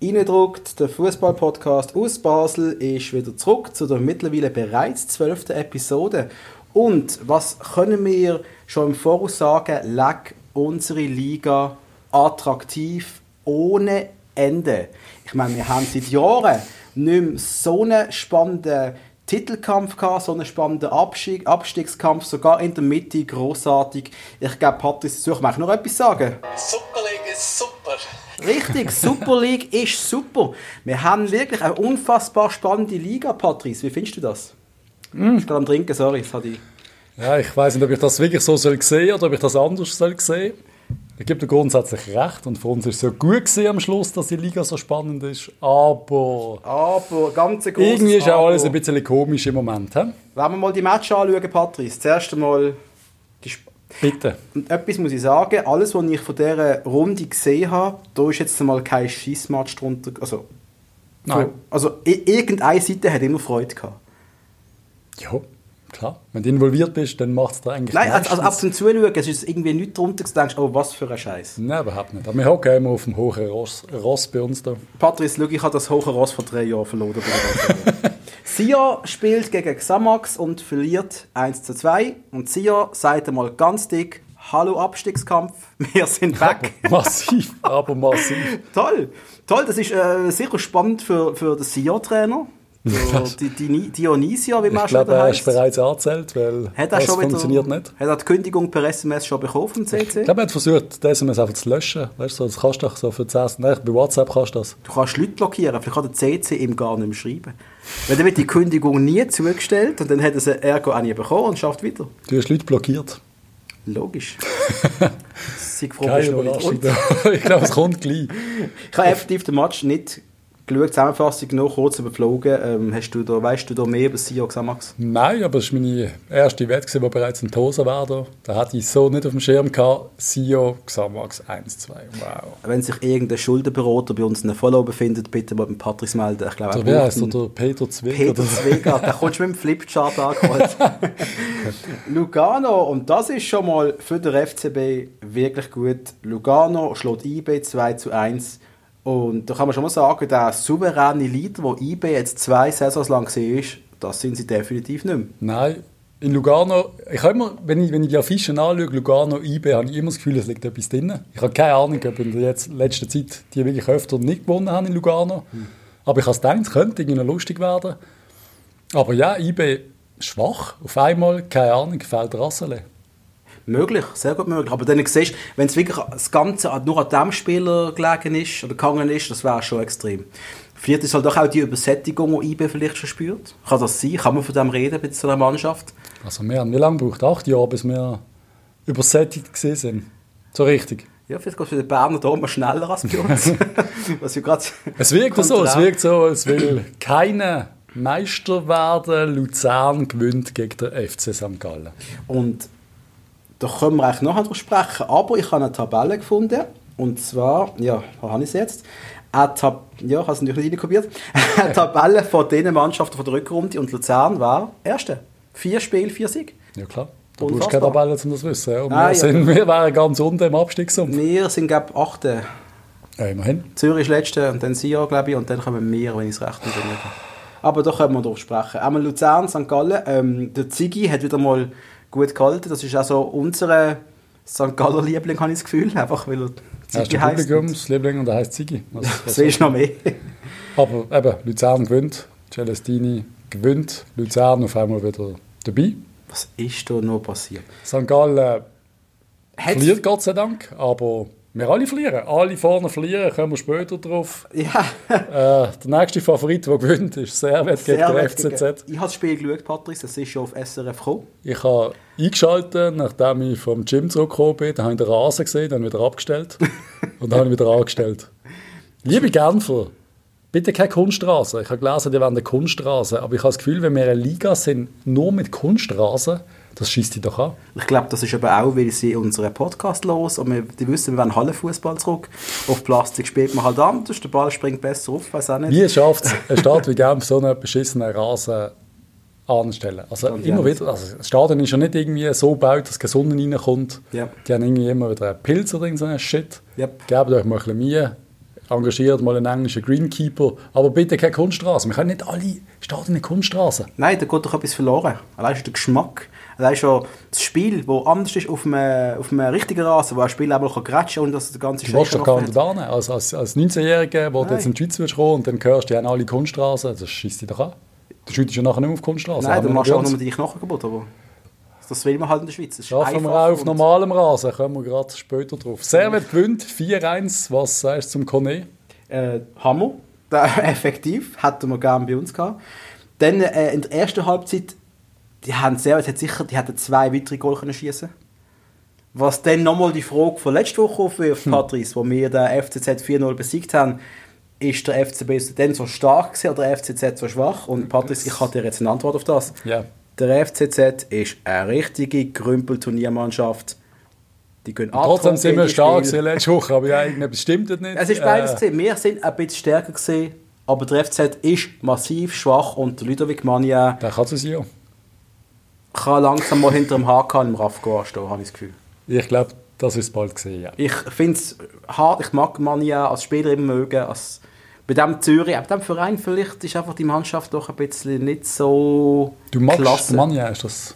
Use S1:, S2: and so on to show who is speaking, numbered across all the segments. S1: Innendruckt, der Fußball-Podcast aus Basel ist wieder zurück zu der mittlerweile bereits zwölften Episode. Und was können wir schon im Voraus sagen, lag unsere Liga attraktiv ohne Ende. Ich meine, wir haben seit Jahren nicht mehr so einen spannenden Titelkampf gehabt, so einen spannenden Abstieg, Abstiegskampf, sogar in der Mitte, großartig. Ich glaube, Patrice Such, möchte noch etwas sagen?
S2: Super League ist super.
S1: Richtig, Super League ist super. Wir haben wirklich eine unfassbar spannende Liga, Patrice. Wie findest du das? Mm. Ich bin am Trinken, sorry, das hatte ich.
S3: Ja, ich weiß nicht, ob ich das wirklich so soll sehen oder ob ich das anders soll sehen. Ich gebe dir grundsätzlich recht und für uns ist es ja gut gewesen am Schluss, dass die Liga so spannend ist, aber...
S1: Aber, ganz ein großes
S3: Irgendwie ist auch
S1: Aber.
S3: alles ein bisschen komisch im Moment, hä?
S1: Wenn wir mal die Match anschauen, Patrice. Zuerst einmal die Sp
S3: Bitte.
S1: Und etwas muss ich sagen, alles, was ich von dieser Runde gesehen habe, da ist jetzt mal kein Schissmatch drunter. Also,
S3: Nein.
S1: also i- irgendeine Seite hat immer Freude gehabt.
S3: Ja, klar. Wenn du involviert bist, dann macht es dir eigentlich
S1: Nein, also, also ab
S3: meistens-
S1: zum Zuschauen, es ist irgendwie nichts drunter, dass du denkst, oh, was für ein Scheiß.
S3: Nein, überhaupt nicht. Aber wir hocken immer auf dem hohen Ross, Ross bei uns da.
S1: Patrice, schau, ich habe das hohe Ross vor drei Jahren verloren. Sia spielt gegen Xamax und verliert 1 zu 2. Und Sia sagt einmal ganz dick, Hallo Abstiegskampf, wir sind weg.
S3: Massiv, aber massiv.
S1: Toll, toll, das ist äh, sicher spannend für, für den SIA-Trainer. Die, die Ni- Dionysia, wie man
S3: Ich
S1: auch schon
S3: glaube,
S1: wieder
S3: er ist
S1: heisst.
S3: bereits angezählt, weil
S1: Hat er
S3: das
S1: schon wieder,
S3: funktioniert nicht.
S1: Hat er die Kündigung per SMS schon bekommen vom CC?
S3: Ich glaube, er hat versucht, die SMS einfach zu löschen. Weißt du, das kannst du doch so für 10 Nein, bei WhatsApp kannst du das.
S1: Du kannst Leute blockieren, vielleicht kann der CC ihm gar nicht mehr schreiben. Weil dann wird die Kündigung nie zugestellt und dann hat er sie ergo auch nie bekommen und schafft wieder.
S3: Du hast Leute blockiert.
S1: Logisch. Sei froh,
S3: Keine
S1: bist du noch nicht.
S3: Überraschung.
S1: Und
S3: ich glaube, es kommt gleich.
S1: Ich habe effektiv den Match nicht geschaut, Zusammenfassung noch kurz überflogen. Ähm, hast du da, weißt du da mehr über SIA Xamax?
S3: Nein, aber es war meine erste Wette, gewesen, die bereits in Tosa war. Da. da hatte ich so nicht auf dem Schirm gehabt. Sio Xamax 1-2. Wow.
S1: Wenn sich irgendein Schuldenberater bei uns in einem Follow befindet, bitte mal mit Patrice melden. Ich glaube,
S3: Also,
S1: er
S3: wer
S1: braucht
S3: heißt
S1: einen
S3: der? Peter Zwick?
S1: Peter
S3: oder so?
S1: Zwegert. Da kommst du mit dem Flipchart angeholt. Lugano, und das ist schon mal für den FCB wirklich gut. Lugano schlägt IB 2 zu 1. Und da kann man schon mal sagen, der souveräne Leader, wo IB jetzt zwei Saisons lang war, das sind sie definitiv nicht mehr.
S3: Nein, in Lugano, ich habe immer, wenn ich, wenn ich die Affischen anschaue, Lugano, IB, habe ich immer das Gefühl, es liegt etwas drin. Ich habe keine Ahnung, ob in der jetzt, letzten Zeit die wirklich öfter nicht gewonnen haben in Lugano. Aber ich habe es gedacht, es könnte irgendwie noch lustig werden. Aber ja, IB schwach, auf einmal, keine Ahnung, fehlt Rassele.
S1: Möglich, sehr gut möglich. Aber dann siehst du, wenn es wirklich das Ganze an- nur an dem Spieler gelegen ist oder gegangen ist, das wäre schon extrem. Vielleicht ist halt doch auch die Übersättigung, die IB vielleicht schon spürt. Kann das sein? Kann man von dem reden bei so einer Mannschaft?
S3: Also wir haben wie lange gebraucht? Acht Jahre, bis wir übersättigt gewesen sind. So richtig.
S1: Ja, vielleicht geht es für den Berner Dom schneller als bei uns. Was ja grad
S3: Es wirkt so, es
S1: konträr-
S3: wirkt so, als will keiner Meister werden. Luzern gewinnt gegen den FC St. Gallen.
S1: Und da können wir eigentlich nachher drüber sprechen. Aber ich habe eine Tabelle gefunden. Und zwar, ja, wo habe ich sie jetzt? Eine Tab ja, ich habe es natürlich nicht reinkopiert. Eine Tabelle von den Mannschaften von der Rückrunde. Und Luzern war Erste. Vier Spiele, vier Sieg.
S3: Ja klar. Du brauchst
S1: Unfassbar.
S3: keine Tabelle, um das zu wissen. ja. Und
S1: Ah, ja.
S3: wir, sind, wir wären ganz unten im Abstiegssumpf.
S1: Wir sind, glaube ich, Achte.
S3: Ja, immerhin.
S1: Zürich ist Letzte und dann Sion, glaube ich. Und dann kommen wir, wenn ich es recht erinnere. Aber da können wir drüber sprechen. Einmal Luzern, St. Gallen. Ähm, der Ziggy hat wieder mal gut gehalten. Das ist auch so unser St. Galler Liebling, habe ich das Gefühl. Einfach weil er
S3: Er ist
S1: Ziggy
S3: der
S1: heisst.
S3: Publikumsliebling und er heißt Ziggy. Also,
S1: Das
S3: also.
S1: ist noch mehr.
S3: Aber eben, Luzern gewinnt, Celestini gewinnt, Luzern auf einmal wieder dabei.
S1: Was ist da noch passiert?
S3: St. Gallen äh,
S1: Hat's-
S3: verliert, Gott sei Dank, aber wir alle verlieren. Alle vorne verlieren, kommen wir später drauf.
S1: Ja,
S3: Äh, der nächste Favorit, der gewinnt, ist Servet gegen den
S1: wichtig.
S3: FCZ.
S1: Ich habe das Spiel geschaut, Patrice. Es ist schon auf SRF gekommen.
S3: Ich habe eingeschaltet, nachdem ich vom Gym zurückgekommen bin. Dann habe ich den Rasen gesehen, dann wieder abgestellt. Und dann habe ich wieder angestellt. Liebe Genfer, bitte keine Kunstrasen. Ich habe gelesen, die wollen eine Kunstrasen. Aber ich habe das Gefühl, wenn wir eine Liga sind, nur mit Kunstrasen, das schießt dich doch an.
S1: Ich glaube, das ist aber auch, weil sie unseren Podcast los und wir, die wissen, wir wollen Hallenfußball zurück. Auf Plastik spielt man halt anders, der Ball springt besser auf, weiß auch nicht.
S3: Wie schafft es eine Stadt wie Genf, so einen beschissenen Rasen anzustellen? Also
S1: Ganz
S3: immer
S1: ehrlich.
S3: wieder, also das Stadion ist ja nicht irgendwie so gebaut, dass kein Sonne reinkommt.
S1: Ja.
S3: Die haben irgendwie immer wieder einen Pilz oder irgendeinen Shit.
S1: Yep.
S3: Gebt euch mal ein bisschen Mühe. engagiert mal einen englischen Greenkeeper. Aber bitte keine Kunststraße. Wir können nicht alle Stadien in Kunststraßen.
S1: Nein, da geht doch etwas verloren. Allein schon der Geschmack. Allein schon das Spiel, das anders ist auf einem, auf einem richtigen Rasen, wo ein Spiel auch mal grätschen kann und das ganze
S3: Du willst doch gar
S1: offen
S3: nicht
S1: hat.
S3: da Als, als, als 19-Jähriger, der du
S1: Nein.
S3: jetzt in die Schweiz willst kommen und dann hörst, die haben alle Kunststraßen, das schießt dich doch an. Du schüttest ja nachher nicht mehr auf Kunststraßen.
S1: Nein,
S3: Haben
S1: du
S3: wir
S1: machst
S3: bei
S1: auch
S3: uns.
S1: nur die Knochen kaputt, aber das will man halt in der Schweiz. Das ist
S3: Schaffen wir
S1: einfach
S3: auch auf
S1: und-
S3: normalem Rasen, kommen wir gerade später drauf. Servet gewinnt 4-1, was sagst du zum Kone?
S1: äh, Hammer. Da, effektiv, hätten wir gerne bei uns gehabt. Dann äh, in der ersten Halbzeit, die haben sehr, hat sicher, die hätten zwei weitere Goal können schießen. Was dann nochmal die Frage von letzter Woche aufwirft,
S3: Hm.
S1: Patrice, wo wir den FCZ 4-0 besiegt haben, ist der FCB dann so stark gewesen oder der FCZ so schwach? Und Patrice, ich hatte jetzt eine Antwort auf das.
S3: Ja.
S1: Der FCZ ist eine richtige Grümpel-Turniermannschaft. Die gehen
S3: Trotzdem sind wir
S1: abkommen,
S3: stark
S1: Spiel.
S3: gewesen letzte Woche, aber ja, irgendetwas stimmt dort nicht.
S1: Es ist beides.
S3: Äh,
S1: gewesen. Wir sind ein bisschen stärker, gewesen, aber der FZ ist massiv schwach und der Ludovic Mania
S3: der kann es ja.
S1: kann langsam mal hinter dem HK im Raffgo anstehen, habe ich das Gefühl.
S3: Ich glaube, das ist bald gesehen, ja.
S1: Ich finde es hart, ich mag Mania als Spieler immer mögen. Als bei dem Zürich, bei dem Verein vielleicht ist einfach die Mannschaft doch ein bisschen nicht so
S3: Du magst
S1: klasse.
S3: Manja, ist das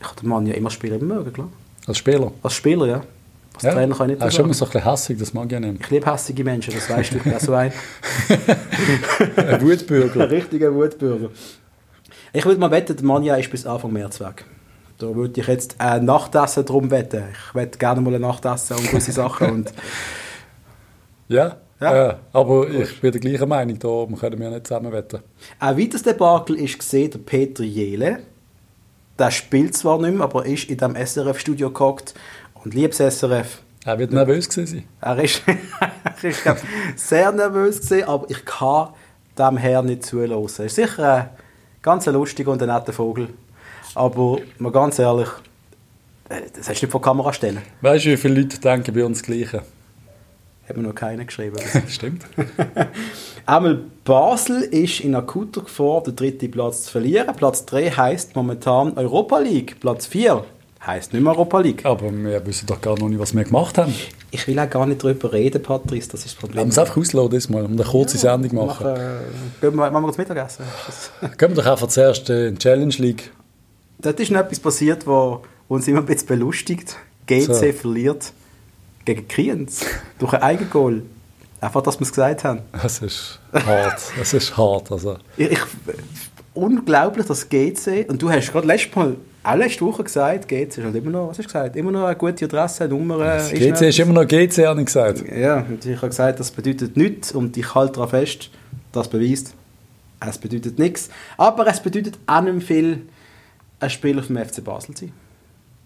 S1: Ich habe den Mania immer als Spieler immer mögen, klar.
S3: als Spieler?
S1: Als Spieler, ja. Als
S3: Ja.
S1: Trainer kann ich nicht
S3: Er
S1: so
S3: ist schon
S1: sagen.
S3: immer so ein bisschen hässig, das mag ich ja nicht.
S1: Ich liebe hässige Menschen, das weißt du, ich bin auch so ein.
S3: Ein Wutbürger.
S1: Ein richtiger Wutbürger. Ich würde mal wetten, der Manja ist bis Anfang März weg. Da würde ich jetzt ein Nachtessen drum wetten. Ich wette gerne mal ein Nachtessen und gewisse Sachen. Und
S3: Ja,
S1: Ja.
S3: Äh, aber ich bin der gleichen Meinung, da wir können wir nicht zusammen wetten.
S1: ein weiteres äh, Debakel ist gesehen, der Peter Jele. Der spielt zwar nicht mehr, aber ist in dem SRF-Studio gehockt. Und liebes SRF,
S3: Er wird nervös gewesen sein.
S1: er ist, er ist glaub, sehr nervös gewesen, aber ich kann dem Herrn nicht zuhören. Er ist sicher ein ganz ein lustiger und ein netter Vogel. Aber mal ganz ehrlich, äh, das hast du nicht vor die Kamera stellen.
S3: Weißt du, wie viele Leute denken bei uns das Gleiche?
S1: Hat mir noch keiner geschrieben.
S3: Stimmt.
S1: Einmal Basel ist in akuter Gefahr, den dritten Platz zu verlieren. Platz 3 heißt momentan Europa League. Platz 4 heißt nicht mehr Europa League.
S3: Aber wir wissen doch gar noch nicht, was wir gemacht haben.
S1: Ich will auch gar nicht darüber reden, Patrice, das ist das
S3: Wir
S1: Problem.
S3: haben es einfach auslassen, diesmal, um eine kurze Sendung zu machen.
S1: Machen, gehen wir, machen wir das Mittagessen.
S3: Gehen wir doch einfach zuerst äh, in die Challenge League.
S1: Dort ist noch etwas passiert, was uns immer ein bisschen belustigt. GC
S3: So.
S1: verliert gegen Kriens durch ein Eigengoal. Einfach, dass wir es gesagt haben.
S3: Es ist hart. es ist hart. Also,
S1: Ich, ich, unglaublich, dass GC, und du hast gerade letztes Mal, auch letzte Woche gesagt, GC ist halt immer noch, was hast du gesagt, immer noch eine gute Adresse, eine Nummer. äh,
S3: GC ist,
S1: noch-
S3: immer noch GC, habe ich gesagt.
S1: Ja, und ich habe gesagt, das bedeutet nichts und ich halte daran fest, das beweist, es bedeutet nichts. Aber es bedeutet auch nicht mehr viel, ein Spieler vom FC Basel zu sein.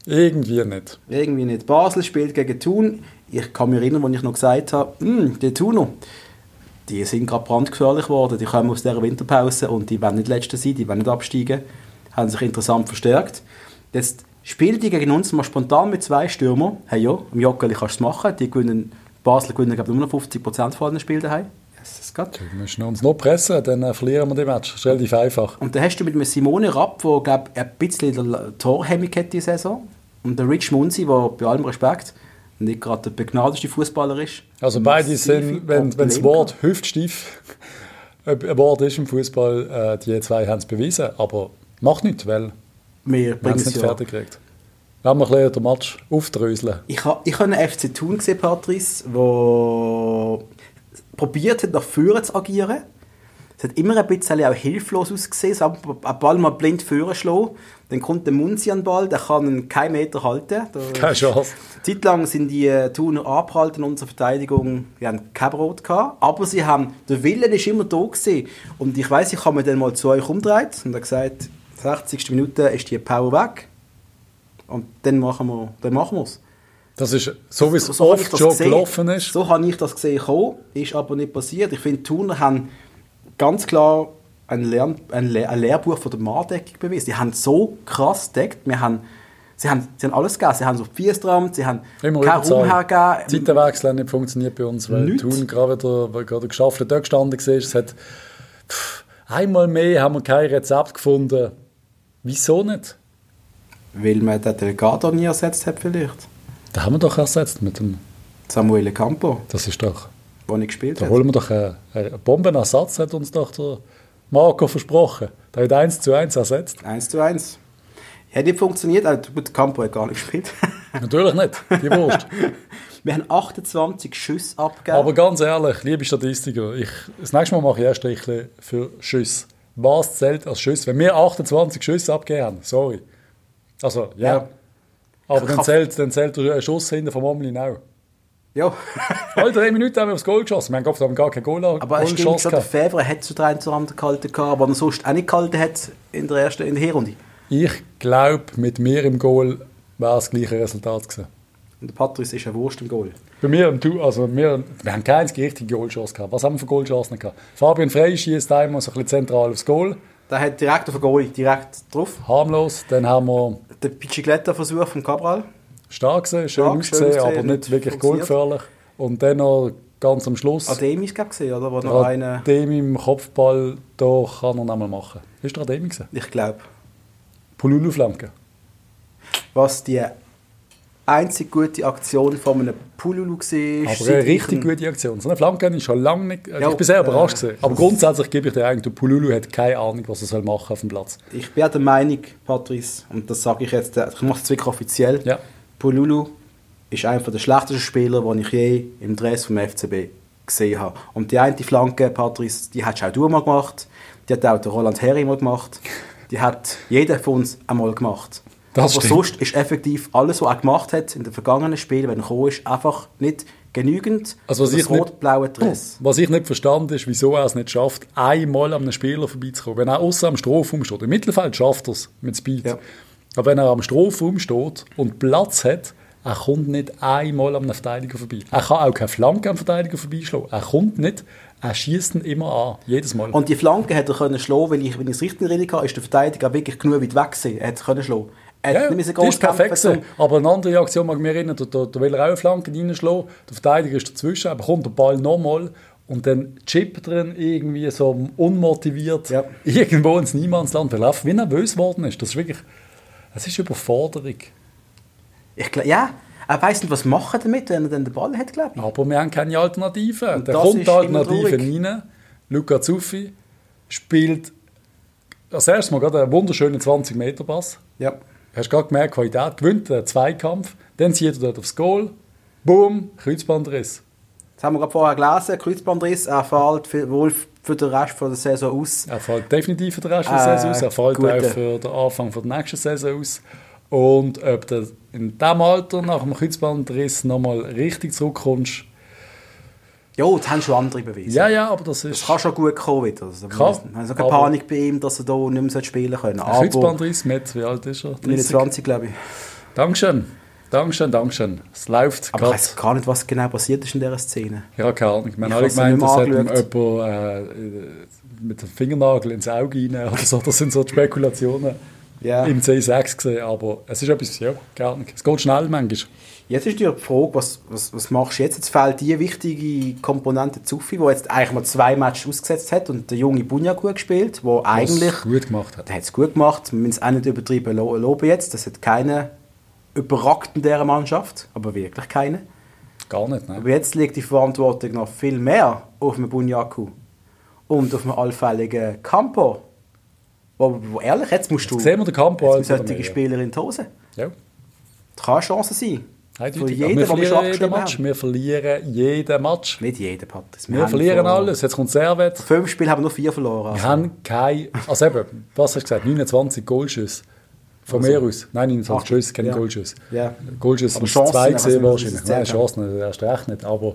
S3: Irgendwie nicht.
S1: Irgendwie nicht. Basel spielt gegen Thun. Ich kann mich erinnern, als ich noch gesagt habe, «Hm, die Thuner, die sind gerade brandgefährlich geworden. Die kommen aus dieser Winterpause und die werden nicht Letzte sein, die werden nicht absteigen. Haben sich interessant verstärkt. Jetzt spielen die gegen uns mal spontan mit zwei Stürmern. Hey ja, im Joggeli kannst du es machen. Die gewinnen, Basel gewinnen glaube ich, nur noch 50% von allen Spielen daheim. Das ist gut.
S3: Wir müssen uns noch pressen, dann äh, verlieren wir den Match. Das ist relativ einfach.
S1: Und dann hast du mit einem Simone Rapp, der glaub, ein bisschen in der Torhemmung hat diese Saison, und der Rich Munzi, der bei allem Respekt nicht gerade der begnadeste Fußballer ist.
S3: Also beide
S1: Massive
S3: sind, wenn, wenn das
S1: Probleme
S3: Wort
S1: gehabt.
S3: hüftstief ein ein Wort ist im Fußball, äh, die zwei haben es bewiesen. Aber macht nichts, weil
S1: Wir
S3: wir haben
S1: bringen
S3: es
S1: es
S3: nicht
S1: ja.
S3: fertig gekriegt. Wenn wir ein bisschen den Match aufdröseln.
S1: Ich habe ich hab einen FC Thun gesehen, Patrice, der probiert hat, nach vorne zu agieren. Es hat immer ein bisschen auch hilflos ausgesehen, so einen Ball mal blind vorne schlagen. Dann kommt der Munzi an den Ball, der kann ihn keinen Meter halten. Der-
S3: Keine Chance.
S1: Zeitlang sind die äh, Thuner abgehalten in unserer Verteidigung. Wir haben kein Brot gehabt, aber sie haben, der Wille ist immer da gewesen. Und ich weiß, ich habe mir dann mal zu euch umgedreht und habe gesagt, 60. Minute ist die Power weg. Und dann machen wir, dann machen wir es.
S3: Das ist, so wie es
S1: habe ich
S3: oft
S1: das
S3: schon
S1: gesehen.
S3: gelaufen ist,
S1: So habe ich das gesehen, kommen, ist aber nicht passiert. Ich finde, die Thuner haben ganz klar ein, Lern, ein, Le ein Lehrbuch von der Mahndeckung bewiesen. Die haben so krass gedeckt. Wir haben, sie, haben, sie haben alles gegeben. Sie haben so Fiestramt, sie haben
S3: Immer
S1: keinen Raum ähm,
S3: überzahlt.
S1: hergegeben.
S3: Zeitenwechsel hat nicht funktioniert bei uns, weil
S1: Nicht.
S3: Thun gerade wieder, weil gerade geschafft hat, dort gestanden war. Es hat, pff, einmal mehr haben wir kein Rezept gefunden. Wieso nicht?
S1: Weil man den Delgado nie ersetzt hat vielleicht.
S3: Da haben wir doch ersetzt mit dem,
S1: Samuel Campo.
S3: das ist doch,
S1: wo ich gespielt
S3: Da
S1: habe.
S3: holen wir doch einen, einen Bombenersatz, hat uns doch der Marco versprochen. Der hat 1 zu 1 ersetzt.
S1: 1 zu 1. Hätte nicht funktioniert, aber gut, Campo hat gar nicht gespielt.
S3: Natürlich nicht, die Wurst.
S1: Wir haben 28 Schüsse abgegeben.
S3: Aber ganz ehrlich, liebe Statistiker, ich, das nächste Mal mache ich erst ein bisschen für Schüsse. Was zählt als Schüsse? Wenn wir 28 Schüsse abgegeben haben, sorry. Also, ja.
S1: Ja.
S3: Aber dann
S1: Kaff-
S3: zählt, dann zählt der Schuss hinten vom Omlin auch.
S1: ja.
S3: Alle drei Minuten haben wir aufs Goal geschossen. Wir haben gehofft, wir haben gar keine Goal
S1: aber es stimmt,
S3: Goalchance
S1: gerade der
S3: gehabt.
S1: Febrer hat zu drei zu anderen gehalten, gehabt, aber wenn er sonst auch nicht gehalten hat in der ersten, in der Hinrunde.
S3: Ich glaube, mit mir im Goal wäre das gleiche Resultat gewesen.
S1: Und der Patrice ist ein Wurst im Goal.
S3: Bei mir, im Du- also wir, wir haben keine einzige richtige Goalchance gehabt. Was haben wir für Goalchancen gehabt? Fabian Frey schießt einmal so ein bisschen zentral aufs Goal.
S1: Der hat direkt auf den Goal, direkt drauf.
S3: Harmlos. Dann haben wir
S1: Der Picicletta-Versuch vom Cabral.
S3: stark gesehen, schön
S1: Stark, schön
S3: ausgesehen,
S1: ausgesehen,
S3: aber nicht
S1: nicht
S3: wirklich
S1: funktioniert.
S3: goalgefährlich. Und dann noch ganz am Schluss,
S1: Ademis gab gesehen, oder? Wo noch einer,
S3: Ademi im Kopfball, da kann er noch mal machen. Ist der Ademi gewesen?
S1: ich glaube,
S3: Pululu-Flanke.
S1: was die einzig gute Aktion von einem Pululu war.
S3: Aber eine richtig gute Aktion. So eine Flanke habe ich schon lange nicht...
S1: Ja,
S3: ich bin sehr
S1: äh,
S3: überrascht gewesen. Aber grundsätzlich gebe ich dir eigentlich, der Pululu hat keine Ahnung, was er soll machen auf dem Platz.
S1: Ich bin auch der Meinung, Patrice, und das sage ich jetzt, äh, ich mache es wirklich offiziell,
S3: Ja.
S1: Pululu ist einer der schlechtesten Spieler, den ich je im Dress vom FCB gesehen habe. Und die eine Flanke, Patrice, die hast auch du mal gemacht, die hat auch der Roland Herri mal gemacht, die hat jeder von uns einmal gemacht.
S3: Das
S1: Aber
S3: stimmt.
S1: sonst ist effektiv alles, was er gemacht hat in den vergangenen Spielen, wenn er gekommen ist, einfach nicht genügend
S3: Also was
S1: für das
S3: ich nicht-
S1: rot-blaue Dress.
S3: Was ich nicht verstanden ist, wieso er es nicht schafft, einmal an einem Spieler vorbeizukommen. Wenn er außer am Strohfum steht. Im Mittelfeld schafft er es mit Speed.
S1: Ja.
S3: Aber wenn er am Strohfum steht und Platz hat, er kommt nicht einmal an einem Verteidiger vorbei. Er kann auch keine Flanke am Verteidiger vorbeischlagen. Er kommt nicht. Er schießt ihn immer an. Jedes Mal.
S1: Und die Flanke hätte er können schlagen, weil ich, wenn ich es richtig erinnere, kann, ist der Verteidiger wirklich genug weit weg gewesen. Er hätte können schlagen. Er
S3: ja,
S1: hätte
S3: die
S1: nicht groß
S3: ist perfekt gewesen. Aber eine andere Aktion mag ich mich erinnern, da, da, da will er auch eine Flanke reinschlagen, der Verteidiger ist dazwischen, er bekommt den Ball nochmal und dann chippt er ihn irgendwie so unmotiviert
S1: Ja.
S3: irgendwo ins Niemandsland, weil er einfach wie nervös geworden ist. Das ist wirklich, es ist Überforderung.
S1: Ich glaub, ja, er weiss nicht, was machen damit, wenn er dann den Ball hat, glaube ich.
S3: Aber wir haben keine Alternativen. Da
S1: das
S3: kommt
S1: ist
S3: die
S1: immer
S3: Alternative
S1: traurig.
S3: rein. Luca Zuffi spielt als erstes Mal gerade einen wunderschönen 20-Meter-Pass.
S1: Ja.
S3: Hast gerade gemerkt, Qualität gewinnt den Zweikampf, dann zieht er dort aufs Goal, boom, Kreuzbandriss.
S1: Das haben wir gerade vorher gelesen. Kreuzbandriss, er fällt für, wohl für den Rest von der Saison aus.
S3: Er fällt definitiv für den Rest der
S1: Äh,
S3: Saison aus, er fällt
S1: gute.
S3: auch für den Anfang von der nächsten Saison aus. Und ob du in diesem Alter nach dem Kreuzbandriss nochmal richtig zurückkommst,
S1: Ja, das haben schon andere Beweise.
S3: ja, ja, aber das ist
S1: Das kann schon gut kommen wieder. Also,
S3: Kann,
S1: wir haben so keine
S3: aber-
S1: Panik bei ihm, dass er da nicht mehr spielen können.
S3: ein
S1: Aber
S3: Kreuzbandriss. Matt, wie alt ist er? 30?
S1: 29, glaube ich.
S3: Dankeschön, Dankeschön, Dankeschön. Es läuft
S1: Aber ich
S3: gerade.
S1: weiß gar nicht, was genau passiert ist in dieser Szene.
S3: Ich habe keine Ahnung.
S1: Ich
S3: Man alle
S1: hab's nicht
S3: gemeint,
S1: mehr
S3: das hat
S1: angeschaut.
S3: ihm jemand äh, mit dem Fingernagel ins Auge rein oder so. Das sind so die Spekulationen
S1: Ja.
S3: im C6 gesehen. Aber es ist etwas, ja, keine Ahnung. Es geht schnell manchmal.
S1: Jetzt ist die Frage, was, was, was machst du jetzt? Jetzt fehlt die wichtige Komponente Zuffi, wo jetzt eigentlich mal zwei Matches ausgesetzt hat und der junge Bunja gut gespielt, wo eigentlich,
S3: Was gut gemacht hat.
S1: der hat es gut gemacht, wir müssen es auch nicht übertrieben lo- loben jetzt, das hat keine überragt in dieser Mannschaft, aber wirklich keine.
S3: Gar nicht, ne?
S1: Aber jetzt liegt die Verantwortung noch viel mehr auf dem Bunjaku und auf dem allfälligen Campo. Wo, wo ehrlich, jetzt musst du
S3: sehen wir den Campo
S1: jetzt müssen
S3: als wieder
S1: solche
S3: mehr, ja.
S1: Spieler in die Hose.
S3: Ja.
S1: Das kann eine Chance sein. Für
S3: Eindeutig.
S1: jeden,
S3: Aber
S1: der wir
S3: wir
S1: schon
S3: verlieren jeden
S1: abgeschrieben
S3: Match.
S1: haben.
S3: Wir verlieren jeden Match.
S1: Nicht jeder, Patrice.
S3: Wir
S1: haben
S3: verlieren
S1: vor
S3: alles. Jetzt kommt Servet.
S1: Fünf Spiele haben wir nur vier verloren.
S3: Wir
S1: Also.
S3: haben keine. Also eben, was hast du gesagt? 29 Goalschüsse. Von mir aus. Nein, 29
S1: Ach,
S3: Schüsse, keine
S1: Also, ja.
S3: Goalschüsse.
S1: Ja.
S3: Goalschüsse
S1: Aber
S3: sind es zwei
S1: Chancen,
S3: gesehen
S1: was wir- was wir
S3: wahrscheinlich. Nein,
S1: gezählt haben.
S3: Chancen äh, nicht, erst recht nicht. Aber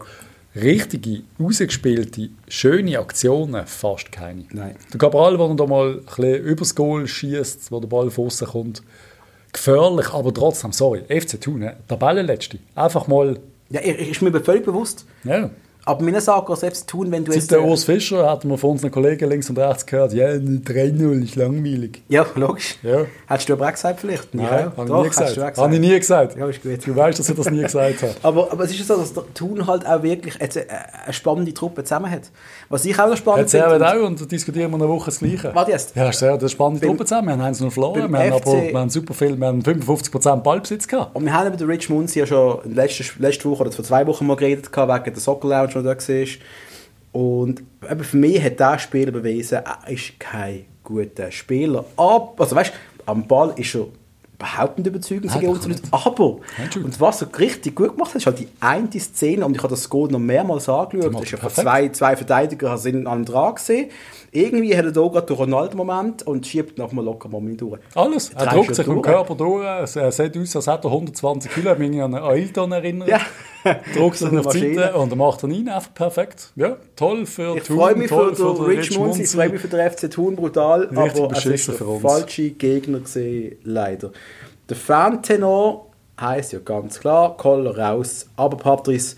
S3: richtige, rausgespielte, schöne Aktionen fast keine.
S1: Nein.
S3: Der Cabral, der da mal ein bisschen übers Goal schießt, wo der Ball von außen kommt, gefährlich, aber trotzdem, sorry, FC Thun, ne? Tabellenletzte. Einfach mal,
S1: Ja, ich, ich ist mir völlig bewusst.
S3: ja.
S1: Aber meine Sache selbst tun, wenn du
S3: Seit
S1: jetzt. äh,
S3: der Urs Fischer hat man von unseren Kollegen links und rechts gehört, ja, 3-0 ist langweilig.
S1: ja, logisch.
S3: Ja.
S1: Hättest du aber auch gesagt, vielleicht? Nein,
S3: Nein,
S1: ja,
S3: habe
S1: doch,
S3: ich
S1: hast
S3: nie gesagt.
S1: du auch gesagt.
S3: Habe ich nie gesagt.
S1: Ja, ist gut.
S3: Du weißt, dass ich das nie gesagt habe.
S1: Aber, aber es ist ja so, dass der Thun halt auch wirklich jetzt eine, eine spannende Truppe zusammen hat. Was ich auch noch spannend
S3: Hat Servet auch und diskutieren wir eine Woche das Gleiche.
S1: Warte jetzt.
S3: Ja, Servet, das ist spannend.
S1: Beim-
S3: Truppe zusammen. Wir haben es nur verloren.
S1: beim
S3: Wir haben,
S1: FC
S3: aber, wir haben super viel, wir haben 55% Ballbesitz gehabt.
S1: Und wir haben über den Rich Munz ja schon letzte, letzte Woche oder vor zwei Wochen mal geredet, gehabt, wegen der Soccer Lounge Match, das du da siehst. Und eben für mich hat der Spieler bewiesen, er ist kein guter Spieler. Ab, also weißt, am Ball ist er überhaupt nicht überzeugend,
S3: Nein,
S1: gegen
S3: doch
S1: uns
S3: nicht.
S1: aber,
S3: Nein, schon.
S1: und was er richtig gut gemacht hat, ist halt die eine Szene, und ich habe das Goal noch mehrmals angeschaut,
S3: macht
S1: das ist
S3: er
S1: ja von
S3: perfekt.
S1: zwei, zwei Verteidiger sind an einem Dran gesehen. Irgendwie hat er da gerade den Ronaldo-Moment und schiebt nochmal locker mal mit durch.
S3: Alles. Er
S1: Trägst du
S3: drückt sich
S1: durch.
S3: im Körper durch. Es- Er sieht aus, als hätte er 120 Kilo. Ich mich an einen Ailton erinnert.
S1: Ja.
S3: Drückt
S1: So
S3: sich
S1: eine
S3: auf die
S1: Maschine.
S3: Seite und er macht ihn rein. Einfach perfekt. Ja, toll für
S1: Ich
S3: Thun,
S1: freue mich für den
S3: toll den
S1: Rich Munzi, ich freue mich für den FC Thun brutal, aber es ist
S3: beschissen
S1: der
S3: für uns.
S1: falsche Gegner gesehen, leider. Der Fantenor heisst ja ganz klar, Koller raus. Aber Patrice,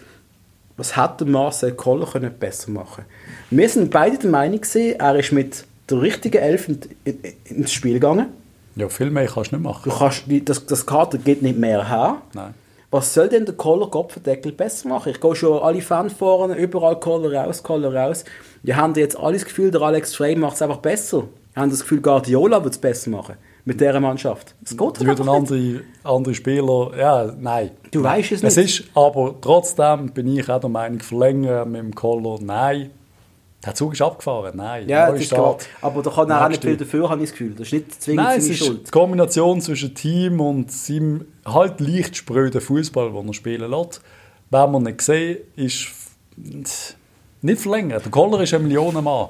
S1: was hätte Marcel Koller können besser machen Wir sind beide der Meinung, gewesen, er ist mit der richtigen Elf in, in, ins Spiel gegangen.
S3: Ja, viel mehr kannst du nicht machen.
S1: Du kannst, die- das, das Kader geht nicht mehr her.
S3: Nein.
S1: Was soll denn der Koller Kopfendeckel besser machen? Ich gehe schon alle Fanforen, überall Koller raus, Koller raus. Wir haben jetzt alle das Gefühl, der Alex Frey macht es einfach besser. Wir haben das Gefühl, Guardiola wird es besser machen. Mit dieser Mannschaft. Das geht
S3: Die würden
S1: einfach nicht.
S3: andere, andere Spieler, ja, nein.
S1: Du weißt es
S3: Es
S1: nicht.
S3: ist, aber trotzdem bin ich auch der Meinung, verlängern mit dem Collar, nein. Der Zug ist abgefahren, nein.
S1: Ja,
S3: Neue
S1: das ist klar.
S3: Start.
S1: Aber da kann er auch nicht
S3: Nächste.
S1: viel dafür, habe ich das Gefühl. Das ist nicht zwingend
S3: Nein, es
S1: seine
S3: ist
S1: Schuld.
S3: die Kombination zwischen Team und seinem halt leicht spröden Fußball, den er spielen lässt. Wenn man ihn sehen, ist f- nicht verlängert. Der Koller ist ein Millionenmann.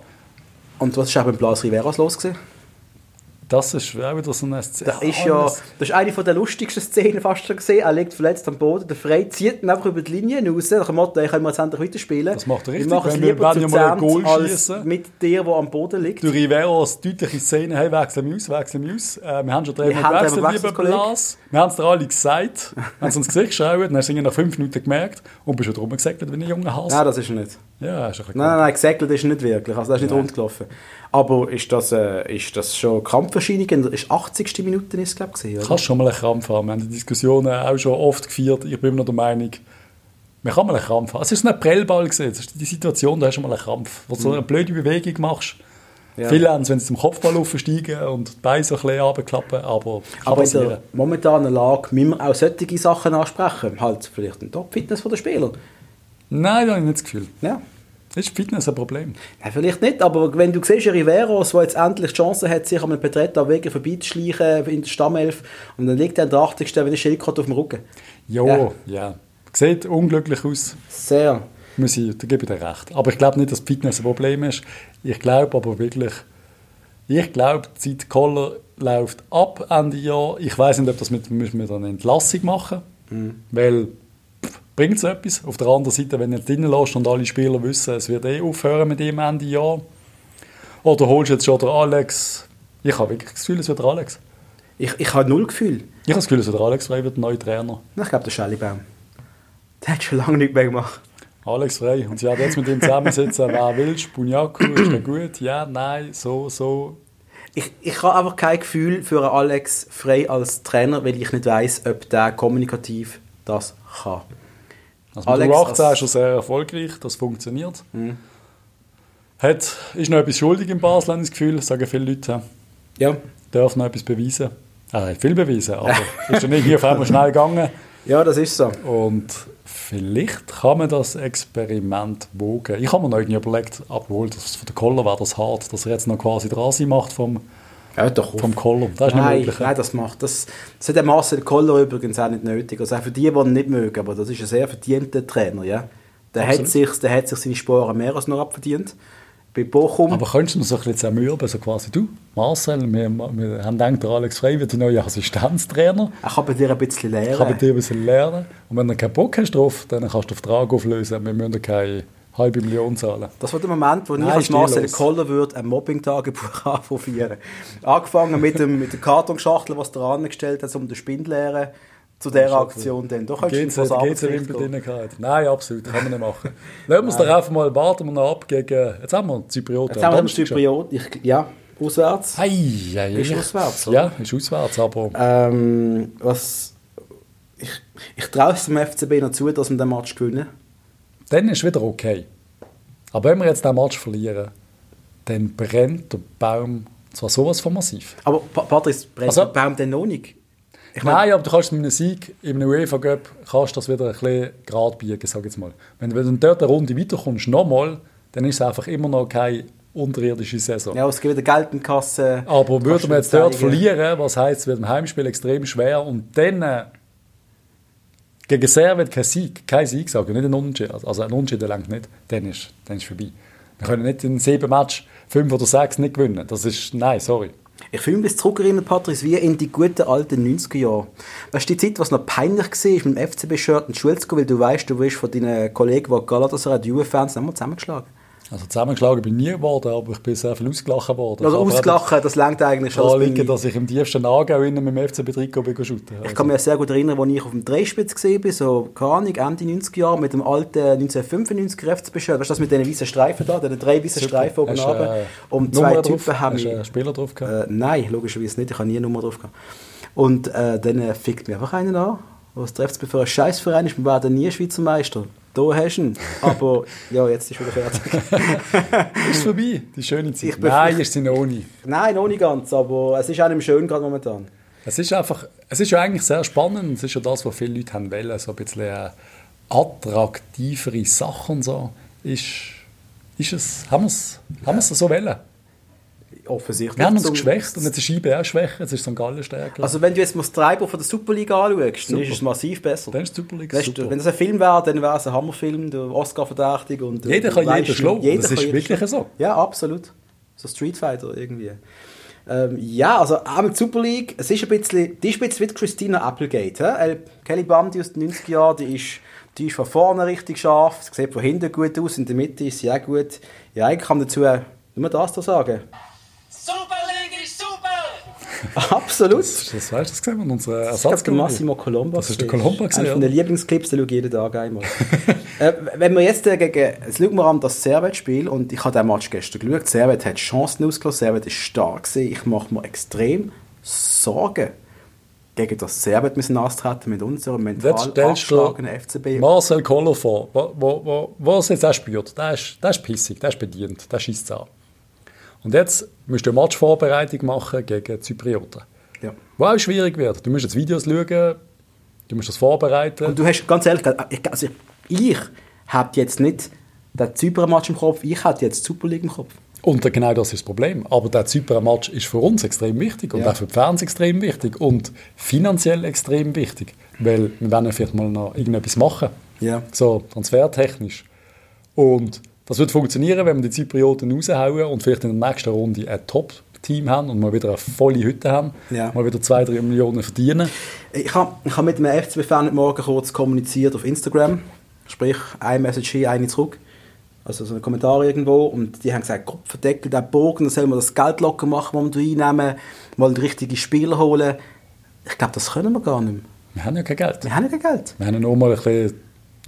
S1: Und was ist auch mit Blas Riveras los gewesen?
S3: Das ist auch wieder so ein
S1: Das ist ja, das ist eine von der lustigsten Szenen fast schon gesehen. Er liegt verletzt am Boden, der Frey zieht ihn einfach über die Linie raus. Nach dem Motto, ich kann jetzt endlich weiterspielen.
S3: Das macht er
S1: Ich
S3: richtig.
S1: mache es
S3: Wenn wir-
S1: lieber
S3: wenn
S1: zu
S3: wir mal ein
S1: zehnt
S3: Goal
S1: als
S3: schiessen.
S1: mit dir, der am Boden liegt.
S3: Durch Riveros deutliche Szene, hey, wechseln wir aus, wechseln wir aus. Äh, wir haben schon
S1: Wir
S3: dreimal
S1: haben
S3: gewechselt,
S1: dreimal
S3: lieber
S1: gewechselt, Kollege.
S3: Blas. Wir haben es dir alle gesagt. Haben es uns ins Gesicht geschaut, dann hast du es nach fünf Minuten gemerkt und bist schon drum gesagt, wie ein junger Hass.
S1: Nein, das ist er nicht.
S3: Ja, ist ein bisschen
S1: Nein, nein, nein, gesäckelt ist er nicht wirklich. Also, das ist nicht rundgelaufen. Aber ist das, äh, ist das schon Kampfverscheinung? In der ist 80. Minute, ist es, glaube ich, gewesen, oder?
S3: kannst schon mal einen Krampf haben. Wir haben die Diskussionen auch schon oft geführt. Ich bin immer noch der Meinung, man kann mal einen Krampf haben. Es ist ein Prellball gesehen. Es ist die Situation, da hast du mal einen Krampf, wo du so eine blöde Bewegung machst.
S1: Mhm. Ja.
S3: Viele haben es, wenn sie zum Kopfball aufsteigen und die Beine so ein bisschen runterklappen, aber kann
S1: Aber in
S3: passieren.
S1: der momentanen Lage müssen wir auch solche Sachen ansprechen. Halt vielleicht eine Top-Fitness der Spieler.
S3: Nein, da habe ich nicht das Gefühl.
S1: Ja.
S3: Ist Fitness ein Problem?
S1: Ja, vielleicht nicht, aber wenn du siehst, ein Riveros, der jetzt endlich die Chance hat, sich an einem betretenen Weg vorbeizuschleichen in der Stammelf und dann liegt er in der 80. wie ein Schildkröte auf dem Rücken.
S3: Jo,
S1: Ja.
S3: ja. Sieht unglücklich aus,
S1: Sehr.
S3: muss ich, da gebe ich dir recht. Aber ich glaube nicht, dass Fitness ein Problem ist. Ich glaube aber wirklich, ich glaube, die Zeit Koller läuft ab Ende Jahr. Ich weiß nicht, ob das mit, müssen wir dann eine Entlassung machen, weil bringt es etwas. Auf der anderen Seite, wenn du ihn drinnen lässt und alle Spieler wissen, es wird eh aufhören mit ihm Ende Jahr. Oder holst du jetzt schon den Alex? Ich habe wirklich das Gefühl, es wird der Alex.
S1: Ich, ich habe null Gefühl.
S3: Ich habe das Gefühl, es wird der Alex Frey wird der neue Trainer.
S1: Ich glaube, der Schellibaum. Der hat schon lange nichts mehr gemacht.
S3: Alex Frey. Und sie hat jetzt mit ihm zusammensitzen, wer willst, Bunyaku, ist der gut? Ja, nein, so, so.
S1: Ich, ich habe einfach kein Gefühl für einen Alex Frey als Trainer, weil ich nicht weiß, ob der kommunikativ das kann.
S3: Also mit
S1: Alex,
S3: U18
S1: das- Mhm.
S3: ist er sehr erfolgreich, das funktioniert. Hat, ist noch etwas schuldig in Basel, habe ich das Gefühl, sagen viele Leute.
S1: Ja.
S3: Darf noch etwas beweisen. Ah, Er hat viel bewiesen, aber ist dann irgendwie auf einmal schnell gegangen.
S1: Ja, das ist so.
S3: Und vielleicht kann man das Experiment wogen. Ich habe mir noch irgendwie überlegt, obwohl das von der Koller wäre das hart, dass er jetzt noch quasi Rasi macht vom,
S1: Ja, doch.
S3: vom Koller. Das ist nicht
S1: nein,
S3: möglich.
S1: nein, das macht das. Das hat der Marcel Koller übrigens auch nicht nötig. Also auch für die, die ihn nicht mögen, aber das ist ein sehr verdienter Trainer, ja. Der hat
S3: Absolut.
S1: sich, der hat sich seine Sporen mehr als noch abverdient. Bei Bochum.
S3: Aber könntest du mir so ein bisschen zermürben, so quasi du, Marcel, wir, wir haben gedacht, der Alex Frey wird der neue Assistenztrainer,
S1: er kann bei dir ein bisschen lehren.
S3: kann bei dir ein bisschen lernen und wenn du keinen Bock hast drauf, dann kannst du den Vertrag auflösen, wir müssen dir keine halbe Million zahlen.
S1: Das war der Moment, wo
S3: Nein,
S1: ich als
S3: ist die
S1: Marcel
S3: los.
S1: Koller würde ein Mobbing-Tagebuch anprobieren. Angefangen mit, dem, mit der Kartonschachtel, was dran angestellt hat, um den Spindlehre zu dieser Aktion. Dann. Da
S3: Geht's
S1: könntest du was
S3: geht's ja
S1: Arbeitsrecht
S3: bei
S1: gehen.
S3: denen gehabt? Nein, absolut, kann man nicht machen. Lassen wir es doch einfach mal, warten wir noch ab gegen, jetzt haben wir die Zyprioten.
S1: Jetzt haben wir
S3: am
S1: den
S3: Donnerstag schon.
S1: Zypriot, ich, ja, auswärts.
S3: Ei, ei, ei.
S1: Ist auswärts, oder?
S3: Ja, ist auswärts, aber
S1: Ähm, was, ich ich traue es dem FCB noch zu, dass wir den Match gewinnen.
S3: dann ist wieder okay. Aber wenn wir jetzt den Match verlieren, dann brennt der Baum zwar sowas von massiv.
S1: Aber Pa- Patrice, brennt
S3: Also-
S1: der Baum denn noch nicht?
S3: Nein, aber du kannst mit einem Sieg in einem UEFA Cup kannst das wieder ein bisschen gerade biegen, sag ich jetzt mal. Wenn du dann dort eine Runde weiterkommst, nochmal, dann ist es einfach immer noch keine unterirdische Saison.
S1: Ja, es gibt wieder Geld in die Kasse.
S3: Aber
S1: Kannst
S3: würden wir
S1: du
S3: jetzt dort
S1: zeigen.
S3: verlieren, was heisst, es wird im Heimspiel extrem schwer und dann äh, gegen Servet kein Sieg, kein Sieg sagen, nicht ein Unentschieden, also- also ein Unentschieden langt nicht, dann ist dann ist vorbei. Wir können nicht in sieben Match fünf oder sechs nicht gewinnen, das ist, nein, sorry.
S1: Ich fühle mich zurück, erinnert, Patrice, wie in die guten alten 90er Jahre. Weißt du, die Zeit, was noch peinlich war, mit dem FCB-Shirt in die Schule zu gehen, weil du weißt, du wirst von deinen Kollegen, die Galatasaray, die Juve-Fans, haben wir zusammengeschlagen.
S3: Also zusammengeschlagen bin ich nie geworden, aber ich bin sehr viel ausgelachen
S1: Also
S3: worden. Ich kann aber auch
S1: ausgelachen, das längt eigentlich schon.
S3: daran
S1: als
S3: liegen,
S1: Bein.
S3: dass ich im tiefsten Aargau innen mit dem FCB-Trikot bin shooten.
S1: Ich kann mich sehr gut erinnern, als ich auf dem Dreispitz war, so, keine Ahnung, Ende 90er Jahre, mit dem alten 1995er FCB-Shirt. Weißt du, das mit diesen weißen Streifen da, diesen drei
S3: Also,
S1: weißen Streifen oben
S3: äh,
S1: runter. Und zwei Typen haben
S3: mich...
S1: mich...
S3: Einen Spieler drauf gehabt?
S1: Äh, nein, logischerweise nicht. Ich habe nie eine Nummer drauf gehabt. Und äh, dann äh, fickt mir einfach einen an, was der FCB für ein Scheißverein ist. Wir werden nie Schweizer Meister. Da hast du ihn. Aber ja, jetzt ist wieder fertig.
S3: Ist es vorbei, die schöne Zeit?
S1: Äh, Ich bin-
S3: Nein, ist sie noch nicht.
S1: nein, noch nicht ganz, aber es ist einem schön gerade momentan.
S3: Es ist einfach, es ist ja eigentlich sehr spannend. Es ist ja das, was viele Leute haben wollen. So ein bisschen äh, attraktivere Sachen und so. Ist, ist es, haben wir es, haben wir es so wollen?
S1: Offensichtlich.
S3: Wir haben uns
S1: Zum-
S3: geschwächt und jetzt ist IB auch schwächer, jetzt ist St. Gallen stärker.
S1: Also wenn du jetzt mal das Treiber von der Superliga anschaust, dann
S3: Super.
S1: ist es massiv besser.
S3: Dann ist die Super League
S1: Weißt
S3: super.
S1: Du, wenn das ein Film wäre, dann wäre es ein Hammerfilm, der Oscar-Verdächtig. und
S3: Jeder
S1: und
S3: kann jeden
S1: Leistung.
S3: schlagen. Das
S1: kann
S3: ist
S1: jeden
S3: wirklich
S1: schlagen.
S3: so.
S1: Ja, absolut. So Street Fighter irgendwie. Ähm, ja, also auch mit Super League, es ist ein bisschen, die ist ein bisschen wie die Christina Applegate. hä? Äh, Kelly Bundy aus den 90er Jahren, die ist, die ist von vorne richtig scharf, sie sieht von hinten gut aus, in der Mitte ist sie auch gut. Ja, ich kann dazu nur das da sagen.
S2: Super League ist super!
S1: Absolut.
S3: das, das, weißt du, das sehen wir in unserer
S1: Ich glaube, der
S3: Ersatzgruppe.
S1: Massimo Colomba.
S3: Das ist der
S1: gesehen.
S3: Colomba
S1: Einer
S3: gesehen.
S1: von
S3: Ja.
S1: den Lieblingsclips, den schaue ich jeden Tag einmal. äh, wenn wir jetzt äh, gegen, jetzt schauen wir an das Servet-Spiel und ich habe den Match gestern geschaut. Servet hat Chancen ausgelassen, Servet ist stark gewesen. Ich mache mir extrem Sorgen gegen das Servet müssen antreten mit unserem mental
S3: Jetzt stellst du
S1: abgeschlagenen FCB.
S3: Marcel Koller vor, wo, wo, wo, wo es jetzt auch spürt. Der ist, der ist pissig, der ist bedient, der schießt an. Und jetzt musst du eine Matchvorbereitung machen gegen die Zyprioten.
S1: Ja.
S3: Wo auch schwierig wird. Du musst jetzt Videos schauen, du musst das vorbereiten.
S1: Und du hast, ganz ehrlich, ich- also ich, ich habe jetzt nicht den Zypern-Match im Kopf, ich habe jetzt die Super League im Kopf.
S3: Und genau das ist das Problem. Aber der Zypern-Match ist für uns extrem wichtig und
S1: Ja.
S3: auch für die Fans extrem wichtig und finanziell extrem wichtig, weil wir werden ja vielleicht mal noch irgendetwas machen.
S1: Ja.
S3: So transfertechnisch. Und das wird funktionieren, wenn wir die Zyprioten raushauen und vielleicht in der nächsten Runde ein Top-Team haben und mal wieder eine volle Hütte haben,
S1: Ja.
S3: mal wieder zwei, drei Millionen verdienen.
S1: Ich habe ich hab mit einem FCB-Fan heute morgen kurz kommuniziert auf Instagram. Sprich, ein Message hin, eine zurück. Also so ein Kommentar irgendwo. Und die haben gesagt, Gott, verdeckel den Bogen, dann sollen wir das Geld locker machen, das wir da einnehmen, mal die richtigen Spieler holen. Ich glaube, das können wir gar nicht mehr.
S3: Wir haben ja kein Geld.
S1: Wir haben ja kein Geld.
S3: Wir haben ja nur mal ein bisschen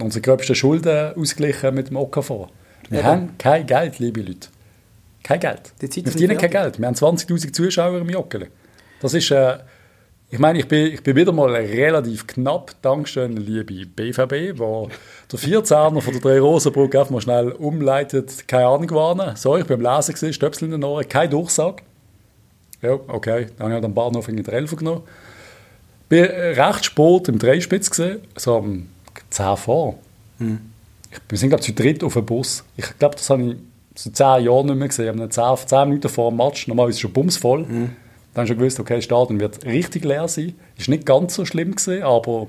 S3: unsere gröbsten Schulden ausgeglichen mit dem OKV. Wir
S1: Eben.
S3: haben kein Geld, liebe Leute. Kein Geld.
S1: Die Zeit
S3: wir
S1: ist
S3: verdienen
S1: nicht
S3: kein Geld. Wir haben 20'000 Zuschauer im Joggeli. Das ist... Äh, ich meine, ich bin, ich bin wieder mal relativ knapp, Dankeschön, liebe BVB, wo der Vierzahner von der drei Rosenbrücke einfach mal schnell umleitet, keine Ahnung warnen. So, ich bin am Lesen, gewesen, Stöpsel in den Ohren, keine Durchsage. Ja, okay, dann habe ich halt am Bahnhof in den Elfer genommen bin äh, recht spät im Dreispitz gesehen, so um 10 vor. Ich, wir sind, glaube ich, zu dritt auf dem Bus. Ich glaube, das habe ich so 10 Jahren nicht mehr gesehen. Ich habe 10, 10 Minuten vor dem Match, normal ist es schon bumsvoll. Dann habe ich schon gewusst, okay, das Stadion wird richtig leer sein. Ist nicht ganz so schlimm gewesen, aber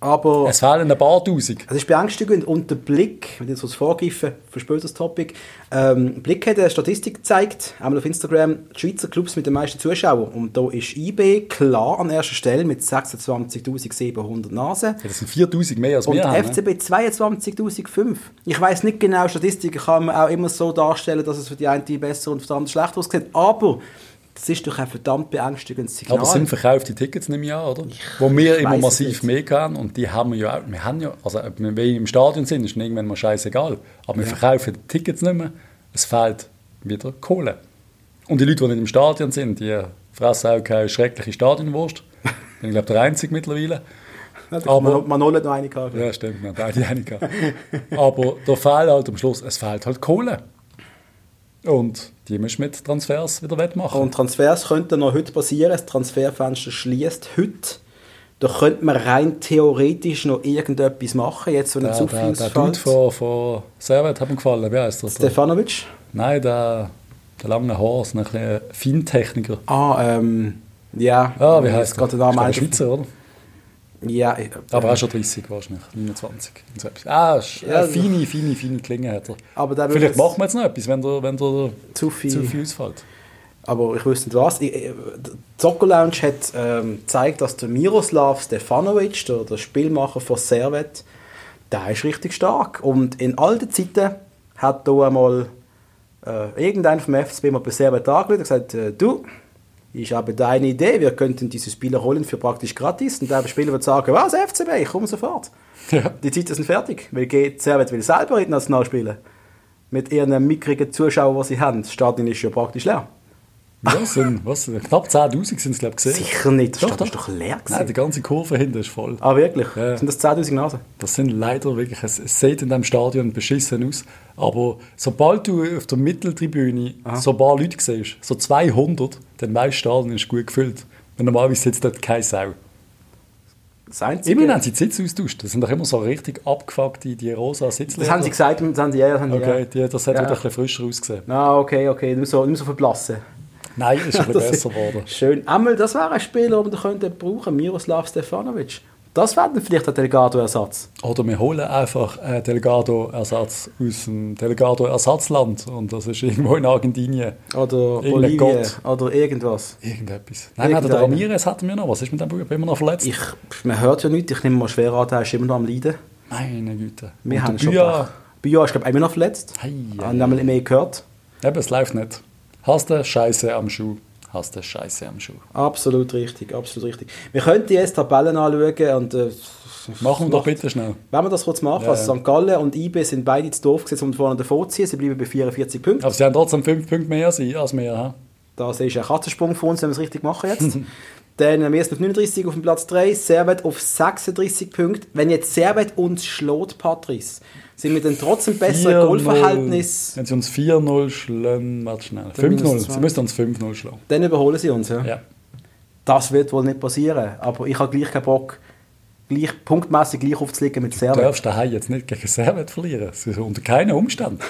S1: Aber
S3: es fehlen ein paar Tausend.
S1: es ist beängstigend. Und der Blick, wenn ich jetzt was vorgreife, verspätetes Topic. Ähm, Blick hat eine Statistik gezeigt, einmal auf Instagram, die Schweizer Clubs mit den meisten Zuschauern. Und da ist IB klar an erster Stelle mit 26.700 Nasen.
S3: Ja, das sind 4000 mehr als
S1: Und
S3: wir haben. ne?
S1: FCB 22.005. Ich weiß nicht genau, Statistiken kann man auch immer so darstellen, dass es für die einen besser und für die anderen schlechter aussieht. Aber das ist doch ein verdammt beängstigendes Signal.
S3: Aber es sind verkaufte Tickets nicht mehr, oder? Wo wir immer
S1: weiss es
S3: massiv
S1: nicht.
S3: mehr haben und die haben wir ja auch. Wir haben ja, also ob wir wenig im Stadion sind, ist irgendwann mal scheißegal. Aber wir verkaufen die Tickets nicht mehr. Es fehlt wieder Kohle. Und die Leute, die nicht im Stadion sind, die fressen auch keine schreckliche Stadionwurst. Bin ich glaube der Einzige mittlerweile.
S1: aber Manolo hat noch eine gehabt.
S3: Ja, stimmt, wir haben beide eine gehabt. Aber da fehlt halt am Schluss, es fehlt halt Kohle. Und die musst du mit
S1: Äh,
S3: Transfers wieder wettmachen.
S1: Und Transfers könnten noch heute passieren. Das Transferfenster schließt heute. Da könnte man rein theoretisch noch irgendetwas machen, jetzt, wenn er zu viel
S3: der, der Dude
S1: ausfällt.
S3: von, von Servet hat mir gefallen. Wie heißt er?
S1: Stefanovic?
S3: Nein, der, der lange Horst, ein bisschen Fintechniker.
S1: Ah, ähm, ja.
S3: Ja, wie
S1: Jetzt
S3: heißt er?
S1: Gerade der Name
S3: ist der
S1: eigentlich-
S3: Schweizer, oder?
S1: Ja, ich-
S3: Aber er ist schon 30 wahrscheinlich, 29. und so etwas. Ah, ist
S1: Ja,
S3: ja,
S1: also-
S3: feine, feine, feine Klinge hat er.
S1: Aber der würde
S3: Vielleicht
S1: jetzt-
S3: machen wir jetzt noch etwas, wenn der, wenn der
S1: Zu viel.
S3: zu viel ausfällt.
S1: aber ich wüsste nicht was. Ich, ich, Soccer Lounge hat ähm, gezeigt, dass der Miroslav Stefanovic, der, der Spielmacher von Servet, der ist richtig stark. Und in alten Zeiten hat da einmal äh, irgendein vom FCB mal bei Servet angerufen und gesagt, äh, du, ich habe da eine Idee, wir könnten diese Spieler holen für praktisch gratis. Und der Spieler wird sagen, was, FCB, ich komme sofort.
S3: Ja.
S1: Die Zeiten sind fertig, weil geht- Servet will selber international spielen. Mit ihren mickrigen Zuschauern, die sie haben. Das Stadion ist ja praktisch leer.
S3: Ja, es sind, was, knapp 10'000 sind es, glaube ich, gesehen.
S1: Sicher nicht, das
S3: Doch,
S1: Stadion ist
S3: doch.
S1: doch leer
S3: Nein, die
S1: gewesen.
S3: ganze Kurve hinten ist voll.
S1: Ah, wirklich?
S3: Ja.
S1: Sind das 10'000 Nasen?
S3: Das sind leider wirklich, es, es sieht in diesem Stadion beschissen aus. Aber sobald du auf der Mitteltribüne so ein paar Leute siehst, so 200, dann weißt du, das Stadion ist gut gefüllt. Weil normalerweise sitzt dort keine Sau.
S1: Das Einzige...
S3: Immerhin haben sie die Sitze austauscht. Das sind doch immer so richtig abgefuckte, die rosa Sitzleder.
S1: das haben sie gesagt, das haben sie, ja, das haben sie,
S3: Okay,
S1: ja.
S3: die, das hat
S1: Ja.
S3: wieder ein bisschen frischer ausgesehen.
S1: Ah, okay, okay, nicht so, nicht so verblassen.
S3: Nein, ist ein bisschen
S1: Das ist
S3: besser geworden.
S1: Schön. Einmal, das wäre ein Spieler, den wir könnten brauchen, Miroslav Stefanovic. Das wäre dann vielleicht ein Delgado-Ersatz.
S3: Oder wir holen einfach einen Delgado-Ersatz aus dem Delgado-Ersatzland. Und das ist irgendwo in Argentinien.
S1: Oder
S3: Irgendein
S1: Bolivien.
S3: Gott.
S1: Oder irgendwas.
S3: Irgendetwas. Nein, wir hatten den
S1: Irgendeinen.
S3: Ramirez hatten wir noch. Was ist mit dem Bub? Immer noch verletzt?
S1: Ich, man hört ja nichts, ich nehme mal schwer an, der ist immer noch am Leiden.
S3: Meine Güte.
S1: Wir
S3: Und
S1: haben
S3: der
S1: schon
S3: Buja,
S1: Pech. Buja ist, glaube ich, immer noch verletzt.
S3: Ei, ei,
S1: Haben wir mal mehr gehört.
S3: Eben, es läuft nicht. Hast du Scheiße am Schuh? Hast du Scheiße am Schuh?
S1: Absolut richtig, absolut richtig. Wir könnten jetzt Tabellen anschauen und... Äh,
S3: Machen wir
S1: macht-
S3: doch bitte schnell.
S1: Wenn wir das kurz machen,
S3: Ja,
S1: also
S3: ja.
S1: St. Gallen und IB sind beide ins Dorf gesetzt und vorne davor ziehen. Sie bleiben bei 44 Punkten.
S3: Aber sie haben trotzdem fünf Punkte mehr sein als wir. hä?
S1: Das ist ein Katzensprung für uns, wenn wir es richtig machen jetzt. Dann äh, wir sind auf 39 auf dem Platz 3, Servet auf 36 Punkte. Wenn jetzt Servet uns schlägt, Patrice, sind wir dann trotzdem besser im
S3: 4-0.
S1: Goalverhältnis.
S3: Wenn sie uns 4-0 schlagen, warte schnell.
S1: minus
S3: 5-0.
S1: zwei.
S3: Sie müssen uns 5-0 schlagen.
S1: Dann überholen sie uns. Ja?
S3: Ja.
S1: Das wird wohl nicht passieren. Aber ich habe gleich keinen Bock, gleich, punktmäßig gleich aufzulegen mit
S3: Du
S1: Servet.
S3: darfst daheim jetzt nicht gegen Servet verlieren. Das ist unter keinen Umständen.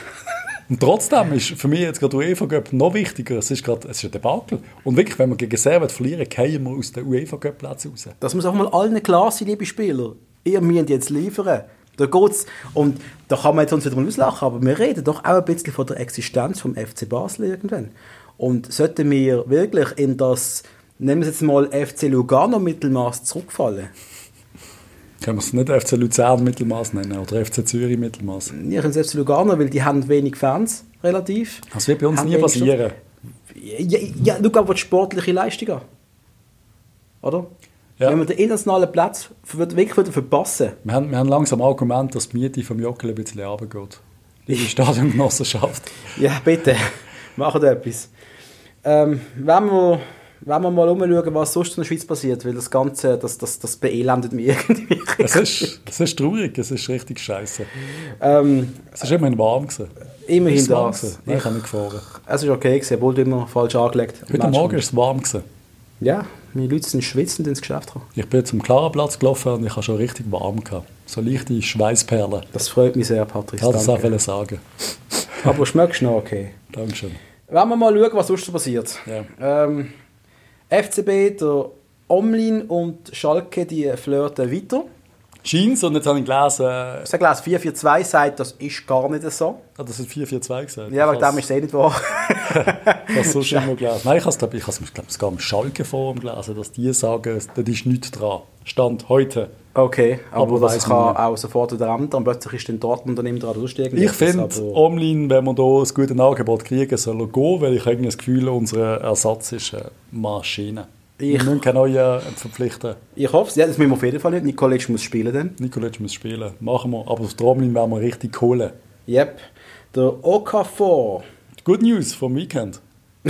S3: Und trotzdem ist für mich jetzt gerade der UEFA Cup noch wichtiger. Es ist gerade es ist ein Debakel. Und wirklich, wenn wir gegen Servet verlieren, fallen wir aus den UEFA Cup Plätzen raus.
S1: Das muss auch mal allen klar sein, liebe Spieler. Ihr müsst jetzt liefern. Da geht's. Und da kann man jetzt uns wieder mal auslachen, aber wir reden doch auch ein bisschen von der Existenz vom FC Basel irgendwann. Und sollten wir wirklich in das, nehmen wir es jetzt mal FC Lugano Mittelmaß zurückfallen?
S3: Können wir es nicht FC Luzern Mittelmaß nennen oder FC Zürich Mittelmaß?
S1: Ich finde es FC Lugano, weil die haben wenig Fans, relativ.
S3: Das wird bei uns
S1: Haben
S3: nie
S1: wenig
S3: passieren.
S1: Ja, ja schau aber die sportliche Leistung an. Oder?
S3: Ja.
S1: Wenn wir den internationalen Platz wird- wirklich würden verpassen
S3: Wir haben, wir haben langsam Argument, dass die Miete vom Jockel ein bisschen runtergeht. Liebe Stadiongenossenschaft.
S1: Ja, bitte, macht etwas. Ähm, wenn, wir, wenn wir mal umschauen, was sonst in der Schweiz passiert, weil das Ganze, das, das, das beelendet mich irgendwie.
S3: Es ist, es ist traurig, es ist richtig scheiße.
S1: ähm,
S3: Es ist immerhin warm gewesen.
S1: immerhin
S3: Ist es warm
S1: das.
S3: gewesen? Nein, ich habe nicht gefahren.
S1: es ist okay, gewesen, obwohl du immer falsch angelegt
S3: Heute
S1: Mensch,
S3: Morgen war es warm. Gewesen.
S1: Ja, meine Leute sind schwitzend ins Geschäft gekommen.
S3: Ich bin zum Klarenplatz gelaufen und ich habe schon richtig warm. Gehabt. So leichte Schweißperlen.
S1: Das freut mich sehr, Patrick.
S3: Ich wollte das auch
S1: danke.
S3: wollen sagen.
S1: Aber schmeckst du noch okay?
S3: Dankeschön.
S1: Wenn wir mal schauen, was sonst so passiert.
S3: Ja.
S1: Ähm, FCB, der Omlin und Schalke, die flirten weiter.
S3: Jeans und jetzt habe ich gelesen, äh,
S1: Ich sage, 442 sagt, das ist gar nicht so.
S3: das sind 442 gesagt.
S1: Ja, wegen
S3: Ich habe
S1: dem ist es eh nicht wahr.
S3: Ich habe es sonst immer gelesen. Nein, ich habe es, glaube ich, ich habe es, glaube ich, sogar im Schalke-Forum gelesen, dass die sagen, es- da ist nichts dran. Stand heute.
S1: Okay, aber,
S3: Aber
S1: das
S3: weiss
S1: kann
S3: man nicht.
S1: auch sofort wieder ändern. Plötzlich ist dann Dortmund dann immer dran durchsteigen.
S3: Ich finde, online, wenn wir hier ein gutes Angebot kriegen, soll er gehen, weil ich irgendwie das Gefühl unser Ersatz ist eine Maschine.
S1: Ich-
S3: Wir müssen keine neuen verpflichten.
S1: Ich hoffe es. Ja, das müssen wir auf jeden Fall nicht. Nikolic muss spielen dann.
S3: Nikolic muss spielen, machen wir. Aber auf der Omlin werden wir richtig holen.
S1: Yep. Der Okafor.
S3: Good News vom Weekend.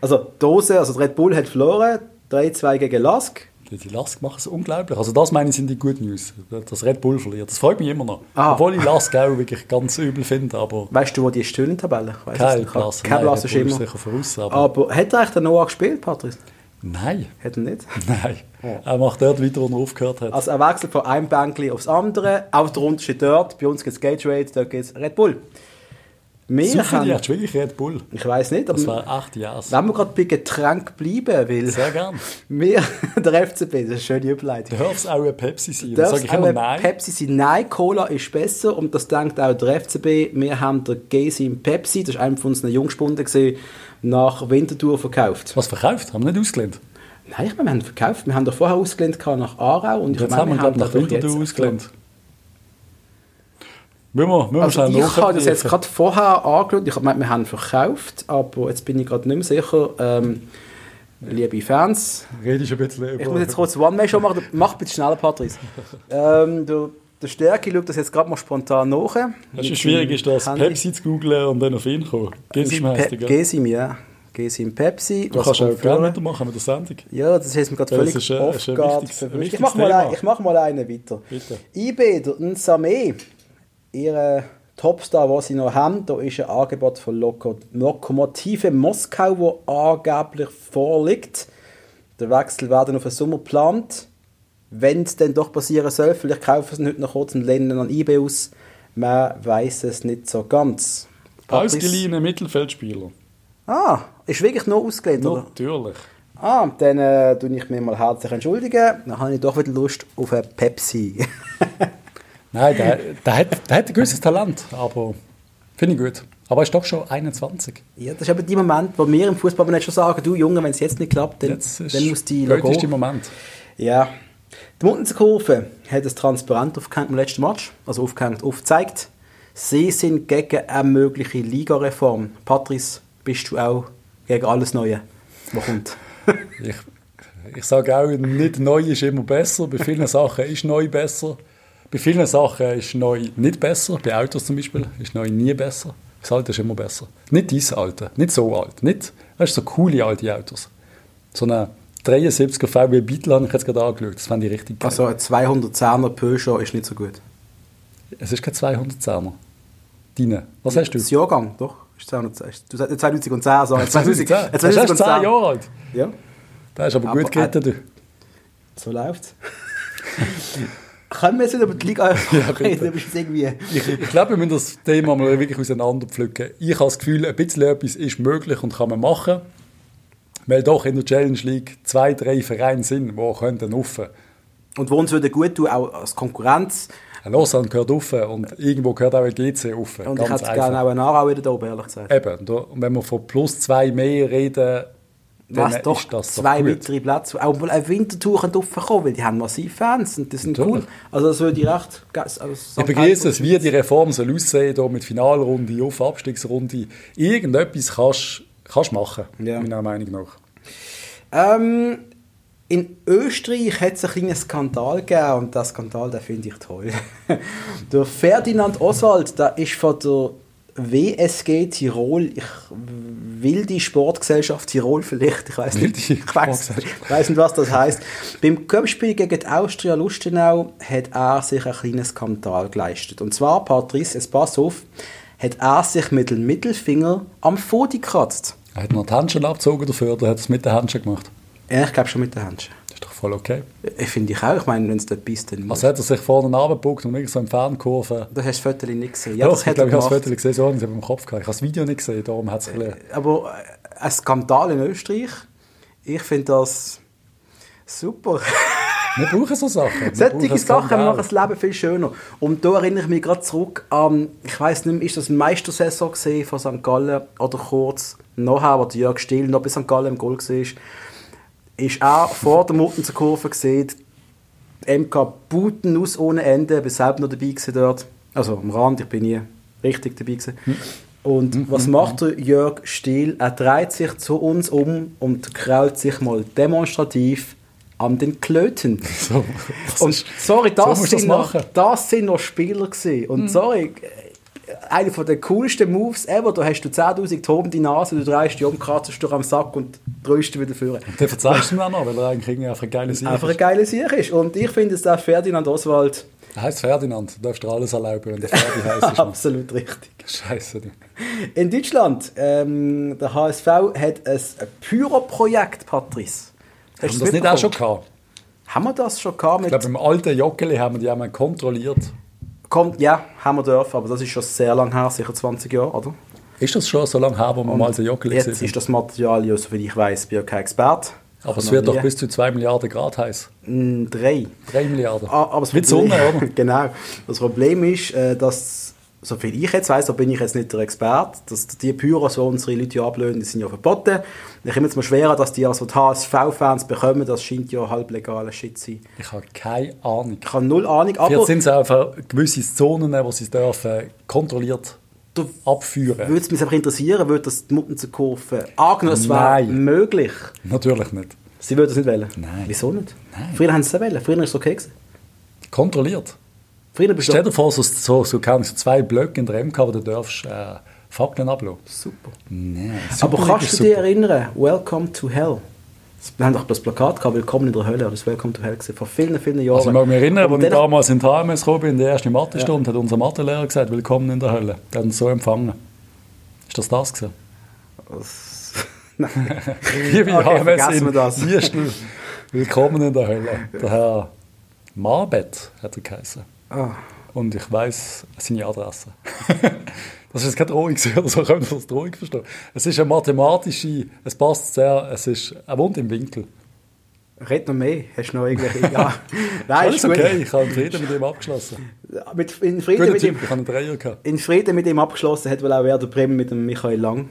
S1: also Dose, also die Red Bull hat verloren. 3-2 gegen Lask.
S3: Die die Lask machen es unglaublich. Also das meine ich sind die Good News, dass Red Bull verliert. Das freut mich immer noch.
S1: Ah.
S3: Obwohl ich Lask auch wirklich ganz übel finde, aber
S1: Weißt du, wo die stehen in der Tabelle? Ich weiss es
S3: kein
S1: nicht.
S3: Platz.
S1: Kein
S3: Nein,
S1: Platz
S3: Red
S1: ist
S3: Bull
S1: immer.
S3: sicher voraus, aber
S1: Aber hat eigentlich der Noah gespielt, Patrick?
S3: Nein,
S1: Hat er nicht?
S3: nein. Er macht dort weiter, wo er aufgehört hat.
S1: Also er wechselt von einem Bänkli aufs andere. Auch der Unterschied dort. Bei uns gibt es Gatorade, dort gibt es Red Bull. Wir
S3: Super, die
S1: haben...
S3: hast du wirklich Red Bull.
S1: Ich weiß nicht,
S3: Das
S1: aber
S3: war acht Jahre.
S1: wenn wir gerade bei Getränk bleiben, weil
S3: Sehr gern.
S1: wir, der FCB, das ist eine schöne Überleitung.
S3: Du darfst auch eine Pepsi sein. Dann
S1: Darf
S3: sage ich
S1: auch
S3: immer
S1: eine
S3: nein.
S1: Pepsi sein. Nein, Cola ist besser und das denkt auch der FCB. Wir haben der G-Sim Pepsi, das war einer von unseren Jungspunden, gewesen, nach Winterthur verkauft.
S3: Was verkauft? Haben wir nicht ausgelernt.
S1: Nein, ich meine, wir haben verkauft. Wir haben doch vorher ausgelehnt gehabt nach Aarau und ich
S3: Jetzt
S1: meine,
S3: haben wir, glaube ich, nach
S1: doch jetzt-
S3: Winterthur ausgelernt. Müssen wir, müssen wir
S1: Also
S3: schnell
S1: ich habe das jetzt
S3: nachprüfen.
S1: gerade vorher angeschaut. Ich meine, wir haben verkauft, aber jetzt bin ich gerade nicht mehr sicher. Ähm, liebe Fans,
S3: Redest du ein bisschen über...
S1: Ich muss jetzt kurz One-Man-Show machen. Mach bitte schneller, Patrice. ähm, du, der Stärke schaut das jetzt gerade mal spontan nach.
S3: Das ist schwierig, ist das
S1: Handy.
S3: Pepsi zu googlen und dann auf ihn kommen. Gesim heisst
S1: Pe
S3: der, gell?
S1: Gesim, ja. Gesim Pepsi.
S3: Du kannst auch
S1: kommt
S3: gerne
S1: vorne?
S3: weitermachen mit der Sendung.
S1: Ja, das ist mir gerade
S3: Ja, das
S1: völlig
S3: ist, äh,
S1: off
S3: ist ein
S1: guard
S3: wichtiges- ein
S1: verwischt. Ich
S3: wichtiges
S1: mache mal,
S3: Thema.
S1: ein- ich mach mal einen weiter.
S3: Bitte.
S1: IB, der Nsame, ihre Topstar, was sie noch haben, da ist ein Angebot von Loko Lokomotive Moskau, wo angeblich vorliegt. Der Wechsel werden auf den Sommer geplant. Wenn es denn doch passieren soll, vielleicht kaufen sie ihn heute noch kurz und lehnen ihn an IB aus. Man weiß es nicht so ganz. Patrice-
S3: Ausgeliehene Mittelfeldspieler.
S1: Ah, ist wirklich nur ausgelehnt, oder?
S3: Natürlich.
S1: Ah, dann äh, tue ich mich mal herzlich entschuldigen. Dann habe ich doch wieder Lust auf eine Pepsi.
S3: Nein, der, der, hat, der hat ein gewisses Talent, aber finde ich gut. Aber er ist doch schon 21.
S1: ja, das ist eben der Moment, wo wir im Fußball nicht schon sagen, du Junge, wenn es jetzt nicht klappt, dann,
S3: Jetzt ist
S1: dann muss die
S3: heute
S1: Logo.
S3: ist der Moment.
S1: Ja. Die Mundenser Kurve hat es transparent aufgehängt im letzten Match, also aufgehängt, aufgezeigt. Sie sind gegen eine mögliche Ligareform. Patrice, bist du auch gegen alles Neue, was kommt?
S3: Ich, ich sage auch, nicht neu ist immer besser. Bei vielen Sachen ist neu besser. Bei vielen Sachen ist neu nicht besser. Bei Autos zum Beispiel ist neu nie besser. Das Alte ist immer besser. Nicht dieses Alte, nicht so alt. Nicht, weißt du, so coole alte Autos. So eine 73er VW Beetle habe ich jetzt gerade angeschaut. Das fand ich richtig geil.
S1: Also ein 210er Peugeot ist nicht so gut.
S3: Es ist kein 210er. Deine. Was hast du?
S1: Das Jahrgang, doch. Ist 210. Ist- Du sagst 2010, sagen.
S3: 2010. Das ist erst 10 Jahre alt.
S1: Ja,
S3: Der ist aber,
S1: Aber,
S3: gut geritten. du.
S1: so läuft's. Können wir jetzt nicht über die Liga reden? Du bist jetzt irgendwie...
S3: Ich, ich glaube, wir müssen das Thema mal wirklich auseinanderpflücken. Ich habe das Gefühl, ein bisschen etwas ist möglich und kann man machen, weil doch in der Challenge League zwei, drei Vereine sind, die könnten Äh, offen.
S1: Und wo uns würde gut tun, auch als Konkurrenz.
S3: Lausanne gehört offen und irgendwo gehört auch ein GC offen.
S1: Und ich
S3: Ganz
S1: hätte gerne
S3: einfach. Äh,
S1: auch einen Aarau wieder da oben, ehrlich gesagt.
S3: Eben, und da- und wenn wir von plus zwei mehr reden, dann
S1: Was, doch,
S3: ist das doch
S1: zwei
S3: gut.
S1: weitere Plätze. Auch mal ein Wintertour könnte raufkommen, weil die haben massiv Fans und die sind
S3: Natürlich.
S1: cool. Also das würde ich recht... ge- Also,
S3: Ich begrüße es, wie die Reform soll aussehen soll, mit Finalrunde, auf Abstiegsrunde. Irgendetwas kannst kannst machen,
S1: Ja.
S3: meiner Meinung nach.
S1: Ähm, in Österreich hat es einen kleinen Skandal gegeben und der Skandal, den finde ich toll. der Ferdinand Oswald, der ist von der WSG Tirol, ich will die Sportgesellschaft Tirol vielleicht, ich weiß nicht,
S3: Wilde
S1: ich weiß
S3: Sportgesellschaft.
S1: ich weiss nicht, was das heißt. Beim Köpfspiel gegen die Austria Lustenau hat er sich einen kleinen Skandal geleistet. Und zwar, Patrice, jetzt pass auf, hat er sich mit dem Mittelfinger am Fodi gekratzt.
S3: Er hat noch die Händchen abgezogen dafür oder hat es mit den Händchen gemacht?
S1: Ja, ich glaube schon mit den Händchen.
S3: Das ist doch voll okay.
S1: Ich finde ich auch. Ich meine, wenn es dort bist, dann muss.
S3: Also hat er sich vorne abgepackt und irgendwie so in die Fernkurve.
S1: Das hast du das Foto nicht gesehen. Ja,
S3: Ja, Doch,
S1: das
S3: ich
S1: hat er
S3: glaube, ich habe das
S1: gemacht.
S3: Foto gesehen, so habe ich es im Kopf gehabt. Ich habe das Video nicht gesehen, darum hat es ein bisschen...
S1: Aber äh, ein Skandal in Österreich, ich finde das super.
S3: Wir brauchen so Sachen. Wir
S1: Solche
S3: brauchen
S1: Sachen
S3: Skandale.
S1: machen das Leben viel schöner. Und da erinnere ich mich gerade zurück an, ich weiß nicht mehr, ist das die Meistersaison gewesen von St. Gallen oder kurz nachher, wo der Jörg Stiel noch bei St. Gallen im Goal war, ist auch vor der Muttenzer Kurve gesehen, die MK Buten aus ohne Ende, ich war selbst noch dabei gewesen dort, also am Rand, ich bin nie richtig dabei gewesen. Und was macht der Jörg Stiel? Er dreht sich zu uns um und kraut sich mal demonstrativ an den Klöten.
S3: So, das
S1: Und
S3: ist-
S1: sorry,
S3: so
S1: das,
S3: musst du
S1: sind noch,
S3: machen.
S1: das sind noch Spieler gewesen. Und sorry, äh, einer von den coolsten Moves ever, da hast du 10'000 Toben in die Nase, du drehst dich um, kratzt dich am Sack und drehst dich wieder vor.
S3: Dann verzeihst du ihm auch noch, weil er eigentlich irgendwie einfach ein geiles Sieg
S1: Einfach eine
S3: ist.
S1: geile Sache ist. Und ich finde es auch Ferdinand Oswald
S3: Er heisst Ferdinand, du darfst dir alles erlauben, wenn der Ferdi heisst. ist man-
S1: absolut richtig.
S3: Scheiße. du.
S1: In Deutschland, ähm, der HSV hat ein Pyro-Projekt, Patrice.
S3: Haben
S1: Hast
S3: wir
S1: du
S3: das nicht auch schon gehabt?
S1: Haben wir das schon gehabt?
S3: Ich
S1: Mit,
S3: glaube, im alten Joggeli haben wir die einmal kontrolliert.
S1: kommt, ja, haben wir dürfen, aber das ist schon sehr lange her, sicher 20 Jahre, oder?
S3: Ist das schon so lange her, wo wir mal so Joggeli
S1: Jetzt
S3: gesehen
S1: ist das Material, ja, soviel ich weiß, bin ja kein Experte.
S3: haben? Aber es
S1: Noch
S3: wird doch
S1: nie.
S3: bis zu 2 Milliarden Grad heiß.
S1: Mm, Drei.
S3: 3 Milliarden.
S1: Ah, aber das
S3: Wie die Sonne,
S1: Problem-
S3: oder?
S1: genau. Das Problem ist, äh, dass, soviel ich jetzt weiß, da bin ich jetzt nicht der Experte, dass die Pyros, die unsere Leute ja ablösen, die sind ja verboten. Ich komme jetzt mal schwerer, dass die also die HSV-Fans bekommen, das scheint ja halblegaler Shit zu sein.
S3: Ich habe keine Ahnung.
S1: Ich habe null Ahnung, aber
S3: Jetzt sind es einfach gewisse Zonen, wo sie es dürfen kontrolliert
S1: du
S3: abführen.
S1: würde es mich einfach interessieren, würde das die Muttenzenkurve angenommen, es wäre
S3: Nein.
S1: möglich.
S3: Natürlich nicht.
S1: Sie würden es nicht wählen?
S3: Nein.
S1: Wieso nicht?
S3: Nein.
S1: Früher haben sie es wählen, früher war es okay. Gewesen.
S3: Kontrolliert.
S1: Früher bist
S3: Stell
S1: du
S3: dir vor, so, so, so, keine Ahnung, so zwei Blöcke in der MK, wo du darfst äh, Fakten ablassen.
S1: super.
S3: Nein.
S1: Aber
S3: Super
S1: kannst
S3: League
S1: du
S3: ist
S1: dich
S3: super.
S1: erinnern, Welcome to Hell? Wir haben doch das Plakat gehabt, Willkommen in der Hölle, oder das Welcome to Hell gesehen, vor vielen, vielen Jahren.
S3: Also ich mag mich erinnern, als
S1: Und
S3: ich
S1: dann,
S3: damals in die HMS gekommen bin, in der ersten Mathestunde, hat unser Mathelehrer gesagt, willkommen in der Hölle. Der hat uns so empfangen. Ist das das gewesen?
S1: Nein.
S3: Liebe
S1: Okay,
S3: HMS
S1: vergessen wir
S3: in
S1: das.
S3: Liestel, willkommen in der Hölle. Der Herr Marbet hat er geheißen.
S1: Ah.
S3: Und ich weiss seine Adresse. das ist jetzt keine Drohung, gewesen oder so können wir das Drohung verstehen. Es ist eine mathematische, es passt sehr, es ist, er wohnt im Winkel.
S1: Red noch mehr, hast du noch irgendwelche... Ja, nein,
S3: Alles
S1: ist gut.
S3: okay, ich habe einen Frieden mit ihm abgeschlossen.
S1: Mit, in, Frieden
S3: Guter
S1: mit ihm,
S3: Typ, ich habe einen Dreier gehabt.
S1: in Frieden mit ihm abgeschlossen hat wohl auch Werder Bremen mit dem Michael Lang.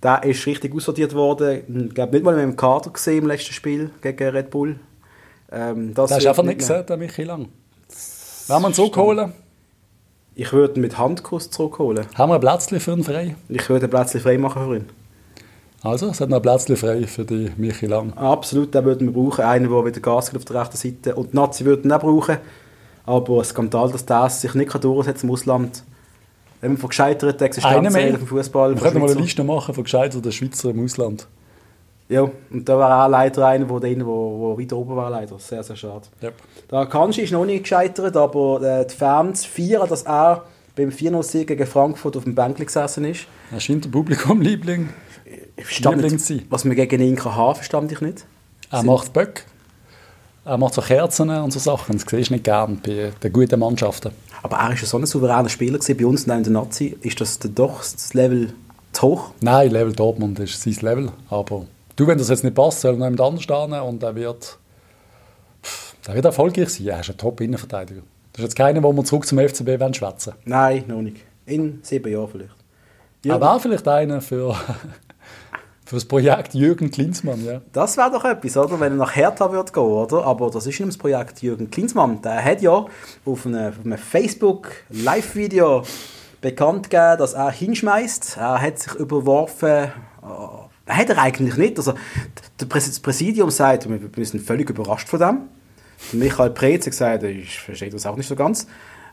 S1: Der ist richtig aussortiert worden, ich glaube nicht mal mehr im Kader gesehen im letzten Spiel gegen Red Bull. Ähm, das
S3: Das hast
S1: wird
S3: du einfach nicht
S1: mehr-
S3: gesehen, der Michi Lang. Wenn wir ihn zurückholen,
S1: Ich würde ihn mit Handkuss zurückholen.
S3: haben wir ein Plätzchen für ihn frei.
S1: Ich würde ihn plötzlich frei machen für ihn.
S3: Also, es hat noch ein Plätzchen frei für die Michi Lang.
S1: Absolut, den würden wir brauchen. Einen, der wieder Gas gibt auf der rechten Seite. Und die Nazi würden ihn auch brauchen. Aber ein Skandal, dass der sich nicht kann durchsetzen im Ausland. Wenn man von gescheiterten
S3: Einen
S1: Existenzregeln
S3: mehr.
S1: vom Fußball.
S3: Wir
S1: von
S3: könnten mal eine
S1: Schweizer-
S3: Liste machen von gescheiterten Schweizer im Ausland.
S1: Ja, und da wäre auch leider einer, der drin, wo, wo weiter oben war. Leider. Sehr, sehr schade.
S3: Yep.
S1: Der Kanji ist noch nicht gescheitert, aber äh, die Fans feiern, dass er beim 4-0-Sieg gegen Frankfurt auf dem Bänkli gesessen ist.
S3: Er scheint der Publikumliebling.
S1: Ich verstand
S3: Lieblings sein.
S1: nicht, was man gegen ihn kann haben kann, verstand ich nicht.
S3: Er
S1: Sie-
S3: macht Böck. Er macht so Kerzen und so Sachen. Das siehst du nicht gern bei den guten Mannschaften.
S1: Aber er war so ein souveräner Spieler. Gewesen. Bei uns, neben der Nazi, ist das dann doch das Level zu hoch.
S3: Nein, Level Dortmund ist sein Level. Aber du, wenn das jetzt nicht passt, soll er noch jemand anderen stehen und er wird, Pff, der wird erfolgreich sein. Er ist ein Top-Innenverteidiger. Das ist jetzt keiner, wo wir zurück zum FCB wollen schwätzen
S1: Nein, noch nicht. In sieben Jahren vielleicht.
S3: Er wäre vielleicht einer für, für das Projekt Jürgen Klinsmann. Ja.
S1: Das wäre doch etwas, oder? wenn er nach Hertha würde gehen oder? Aber das ist nicht das Projekt Jürgen Klinsmann. Der hat ja auf einem, auf einem Facebook-Live-Video bekannt gegeben, dass er hinschmeißt. Er hat sich überworfen. Äh, hat er eigentlich nicht. Also, d- der Präs- das Präsidium sagt, wir wir sind völlig überrascht von dem. Der Michael Preetz hat gesagt, ich verstehe das auch nicht so ganz.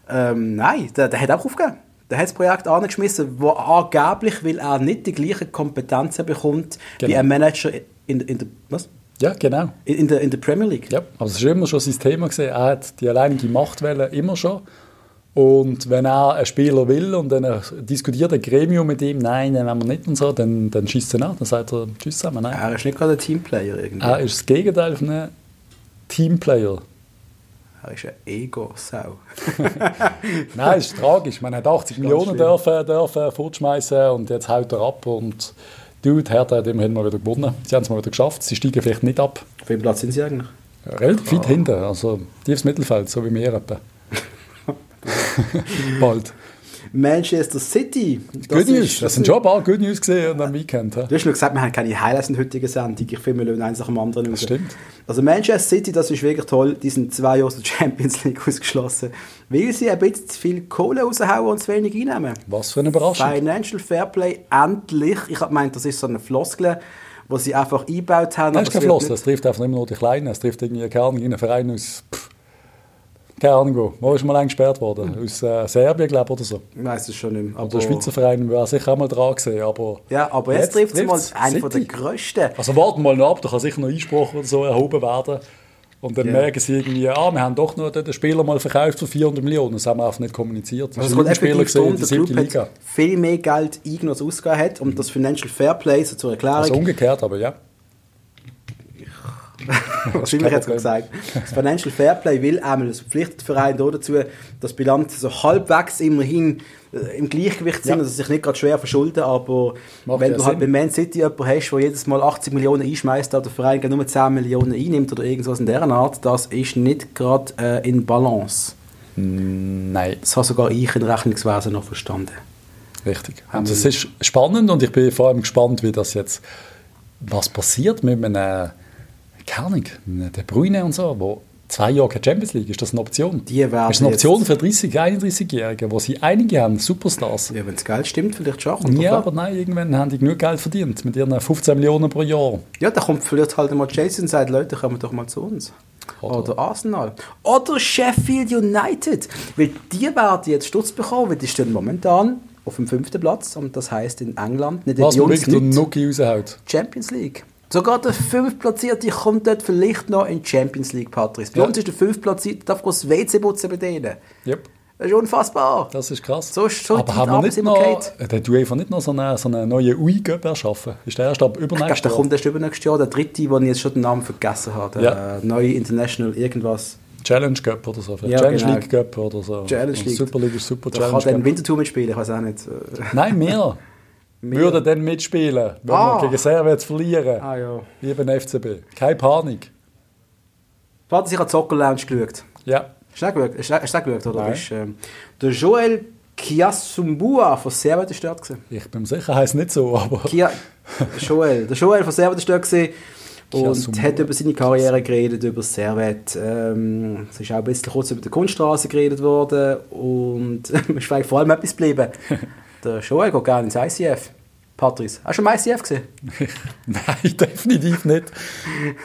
S1: Ähm, nein, der, der hat auch aufgegeben. Der hat das Projekt angeschmissen, wo angeblich, weil er nicht die gleichen Kompetenzen bekommt wie
S3: Genau.
S1: ein Manager in, in, der, was?
S3: ja, genau.
S1: In, in, der, in der Premier League.
S3: Ja, aber es war immer schon sein Thema. Gewesen. Er hat die alleinige Machtwelle immer schon. Und wenn er einen Spieler will und dann diskutiert ein Gremium mit ihm, nein, dann wollen wir nicht und so, dann, dann schießt er nach. Dann sagt er, tschüss zusammen, nein.
S1: Er ist nicht gerade ein Teamplayer irgendwie.
S3: Er ist das Gegenteil von einem Teamplayer.
S1: Er ist ein Ego-Sau.
S3: Nein, es ist tragisch. Man hat 80 Millionen
S1: schlimm.
S3: dürfen, dürfen fortschmeißen und jetzt haut er ab. Und Dude, Hertha hat immerhin mal wieder gewonnen. Sie haben es mal wieder geschafft. Sie steigen vielleicht nicht ab.
S1: Auf welchem Platz sind sie eigentlich?
S3: Relativ weit hinten, also tiefes Mittelfeld, so wie wir etwa. Bald.
S1: Manchester City. Das
S3: Good News,
S1: ist-
S3: das sind schon ein paar Good News gesehen am Weekend. hä?
S1: Du hast nur gesagt, wir haben keine Highlights in der heutigen Sendung. Ich finde, wir lösen eins nach dem anderen raus.
S3: stimmt.
S1: Also Manchester City, das ist wirklich toll. Die sind zwei Jahre aus der Champions League ausgeschlossen, weil sie ein bisschen zu viel Kohle raushauen und zu wenig einnehmen.
S3: Was für eine Überraschung.
S1: Financial Fairplay, endlich. Ich habe gemeint, das ist so eine Floskel, wo sie einfach eingebaut haben.
S3: Das
S1: aber
S3: ist kein
S1: es wird
S3: Floss,
S1: nicht-
S3: das trifft einfach immer nur die Kleinen. Es trifft irgendwie, keine Ahnung, einen Verein aus, pff, keine Ahnung wo. Wo ist mal lang gesperrt
S1: Hm.
S3: worden? Aus äh, Serbien, glaube ich, oder so.
S1: Ich weiß es schon nicht mehr.
S3: Der Schweizer Verein wäre sicher auch mal dran gewesen, aber...
S1: Oh. Ja, aber jetzt, trifft es mal
S3: trifft's
S1: einen von der
S3: City.
S1: grössten.
S3: Also warten wir mal noch ab, da kann sicher noch Einspruch oder so erhoben werden. Und dann
S1: Ja.
S3: merken sie irgendwie, ah, wir haben doch noch den Spieler mal verkauft für 400 Millionen. Das haben wir einfach nicht kommuniziert. Das
S1: Also
S3: ist
S1: es
S3: ein
S1: geht
S3: Jugendspieler
S1: effektiv darum,
S3: gewesen,
S1: der
S3: die siebte
S1: Club
S3: Liga.
S1: hat viel mehr Geld eingenommen, als er ausgegeben hat. Und das Financial Fairplay, so zur Erklärung,
S3: Also umgekehrt, aber ja.
S1: Wahrscheinlich hat es gesagt. Das Financial Fairplay will einmal, das verpflichtet den Verein auch dazu, dass Bilanzen so halbwegs immerhin äh, im Gleichgewicht sind,
S3: Ja.
S1: also sich nicht gerade schwer verschulden, aber
S3: Macht
S1: wenn
S3: ja
S1: du halt bei
S3: Sinn.
S1: Man City jemanden hast, der jedes Mal 80 Millionen einschmeißt, aber der Verein gerade nur 10 Millionen einnimmt oder irgendwas in dieser Art, das ist nicht gerade äh, in Balance.
S3: Nein,
S1: Das habe sogar ich im Rechnungswesen noch verstanden.
S3: richtig. Und Also es ist spannend und ich bin vor allem gespannt, wie das jetzt, was passiert mit einem, äh, keine Ahnung, mit der Brüne und so, wo zwei Jahre keine Champions League, ist das eine Option?
S1: Die werden
S3: ist eine Option
S1: jetzt-
S3: für 30, 31-Jährige, wo sie einige haben, Superstars.
S1: Ja, wenn das Geld stimmt, vielleicht schaffen
S3: Ja, aber nein, irgendwann haben die genug Geld verdient, mit ihren 15 Millionen pro Jahr.
S1: Ja, da kommt vielleicht halt mal Jason und sagt, Leute, kommen doch mal zu uns. Oder,
S3: Oder-
S1: Arsenal. Oder Sheffield United. Weil die werden jetzt Sturz bekommen, weil die stehen momentan auf dem fünften Platz und das heißt in England nicht
S3: Was
S1: bei
S3: man
S1: uns
S3: wirklich
S1: nicht
S3: Nuki raushaut.
S1: Champions League. Sogar der fünftplatzierte kommt dort vielleicht noch in die Champions League, Patrice. Bei
S3: Ja.
S1: uns ist der fünftplatzierte, darf das WC putzen bei denen.
S3: Yep.
S1: Das ist unfassbar.
S3: Das ist krass.
S1: So ist- so
S3: Aber
S1: die
S3: haben wir
S1: Arbeit
S3: nicht
S1: immer
S3: noch, der hat UEFA nicht noch so einen so eine neuen UI-Göpp erschaffen? Ist der erst ab
S1: Ich glaube,
S3: übernächstes
S1: der
S3: Jahr?
S1: kommt erst übernächstes Jahr. Der dritte, den ich jetzt schon den Namen vergessen habe. Der
S3: Ja.
S1: äh, neue International irgendwas.
S3: Challenge Cup oder so.
S1: Ja,
S3: vielleicht Challenge
S1: genau.
S3: League Cup oder so.
S1: Challenge
S3: Und
S1: League.
S3: Super League ist Super
S1: Da kann dann
S3: Challenge Cup.
S1: Winterthur mitspielen, ich weiß auch nicht. Äh,
S3: Nein, wir würden dann mitspielen, wenn
S1: Ah.
S3: wir gegen Servet verlieren.
S1: Ah, ja.
S3: Lieben FCB. Keine Panik.
S1: Warte, ich habe Zocker Lounge geschaut.
S3: Ja.
S1: Hast du den geschaut? Hast du- hast du den geschaut, oder?
S3: Nein.
S1: Ist, ähm, der Joel Kiasumbua von Servet ist dort. gewesen.
S3: Ich bin mir sicher, heisst nicht so, aber
S1: Kia Joel. Der Joel von Servet ist dort gewesen und
S3: Kiasumbua.
S1: hat über seine Karriere geredet, über Servet. Ähm, es ist auch ein bisschen kurz über die Kunststraße geredet worden und es ist eigentlich vor allem etwas geblieben. Der Joel geht gerne ins ICF. Patrice, hast du schon mal ICF gesehen?
S3: nein, definitiv nicht.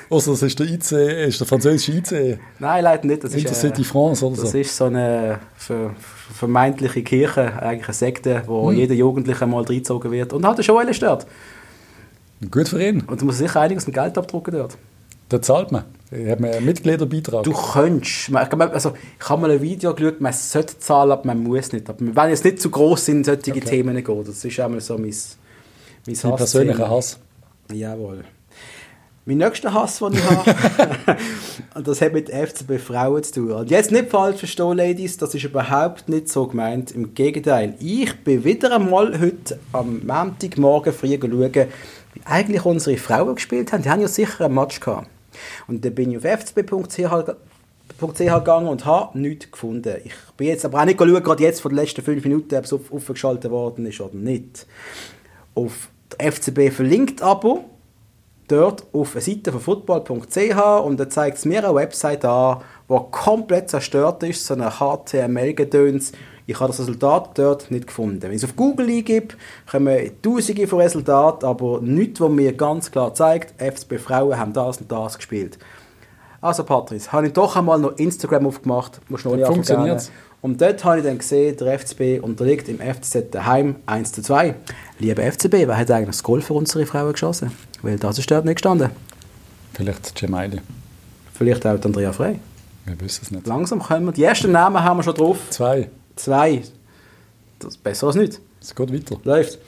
S3: Außer es ist der IC, ist der französische IC,
S1: Nein, leider nicht. Das
S3: Intercity
S1: ist, äh,
S3: France oder
S1: Das
S3: so.
S1: ist so eine ver ver- vermeintliche Kirche, eigentlich eine Sekte,
S3: Hm.
S1: wo jeder Jugendliche mal reingezogen wird. Und hat schon eine dort.
S3: Gut für ihn.
S1: Und du musst sicher einiges mit Geld abdrucken dort.
S3: Da zahlt man. Ich habe einen Mitgliederbeitrag.
S1: Du könntest, man- ich glaub, also ich habe mal ein Video geschaut, man sollte zahlen, aber man muss nicht. Aber wenn jetzt nicht zu groß sind, solche
S3: Okay.
S1: Themen gehen. Das ist einmal so mein, mein
S3: Mein persönlicher Hass.
S1: Jawohl. Mein nächster Hass, den ich habe, und das hat mit FCB Frauen zu tun. Und jetzt nicht falsch verstehen, Ladies, das ist überhaupt nicht so gemeint. Im Gegenteil, ich bin wieder einmal heute am Montagmorgen früh schauen, wie eigentlich unsere Frauen gespielt haben. Die haben ja sicher einen Match gehabt. Und dann bin ich auf fcb.ch gegangen und habe nichts gefunden. Ich bin jetzt aber auch nicht schauen, gerade jetzt von den letzten fünf Minuten, ob es auf- aufgeschaltet worden ist oder nicht auf der FCB verlinkt Abo dort auf eine Seite von football.ch und dann zeigt es mir eine Website an, die komplett zerstört ist, so eine HTML-Gedöns. Ich habe das Resultat dort nicht gefunden. Wenn ich es auf Google eingebe, kommen tausende von Resultaten, aber nichts, was mir ganz klar zeigt, FCB Frauen haben das und das gespielt. Also Patrice, habe ich doch einmal noch Instagram aufgemacht, muss noch nicht anfangen.
S3: Funktioniert's?
S1: Und dort habe ich dann gesehen, der FCB unterliegt im FCZ daheim 1 zu 2. Lieber FCB, wer hat eigentlich das Goal für unsere Frauen geschossen? Weil das ist dort nicht gestanden.
S3: Vielleicht Gemeinde.
S1: Vielleicht auch die Andrea Frey.
S3: Wir wissen es nicht.
S1: Langsam kommen wir. Die ersten Namen haben wir schon drauf.
S3: Zwei.
S1: Zwei. Das ist besser als nichts.
S3: Es geht weiter.
S1: Läuft.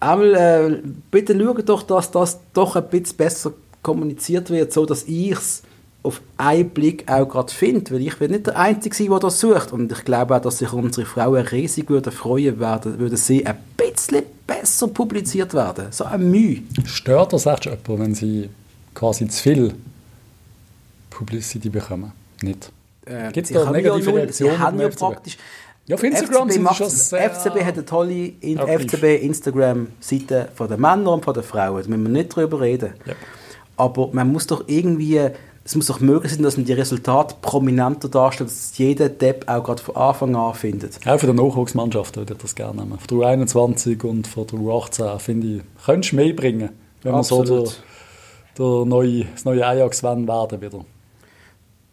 S1: Einmal, äh, bitte schaut doch, dass das doch ein bisschen besser kommuniziert wird, so dass ich es auf einen Blick auch gerade finde, weil ich will nicht der Einzige sein, der das sucht. Und ich glaube auch, dass sich unsere Frauen riesig würden freuen werden, würden sie ein bisschen besser publiziert werden. So ein Mühe.
S3: Stört das echt jemand, wenn sie quasi zu viel Publicity bekommen? Nicht.
S1: Äh,
S3: Gibt es
S1: sie
S3: da
S1: haben
S3: negative
S1: ja null-
S3: Reaktionen?
S1: Sie haben ja
S3: beim FCB?
S1: praktisch...
S3: Ja, auf Instagram
S1: FCB
S3: sind sie
S1: macht
S3: schon
S1: es-
S3: sehr-
S1: FCB hat eine tolle In-
S3: aktiv.
S1: FCB Instagram-Seite von den Männern und von den Frauen. Da müssen wir nicht drüber reden.
S3: Ja.
S1: Aber man muss doch irgendwie... Es muss doch möglich sein, dass man die Resultate prominenter darstellt, dass jeder Depp auch gerade von Anfang an findet.
S3: Auch für die Nachwuchsmannschaft würde ich das gerne nehmen. Von der 21 und von der 18 finde ich, könntest du mehr bringen, wenn man so der,
S1: Absolut.
S3: der neue, das neue Ajax werden werden wieder.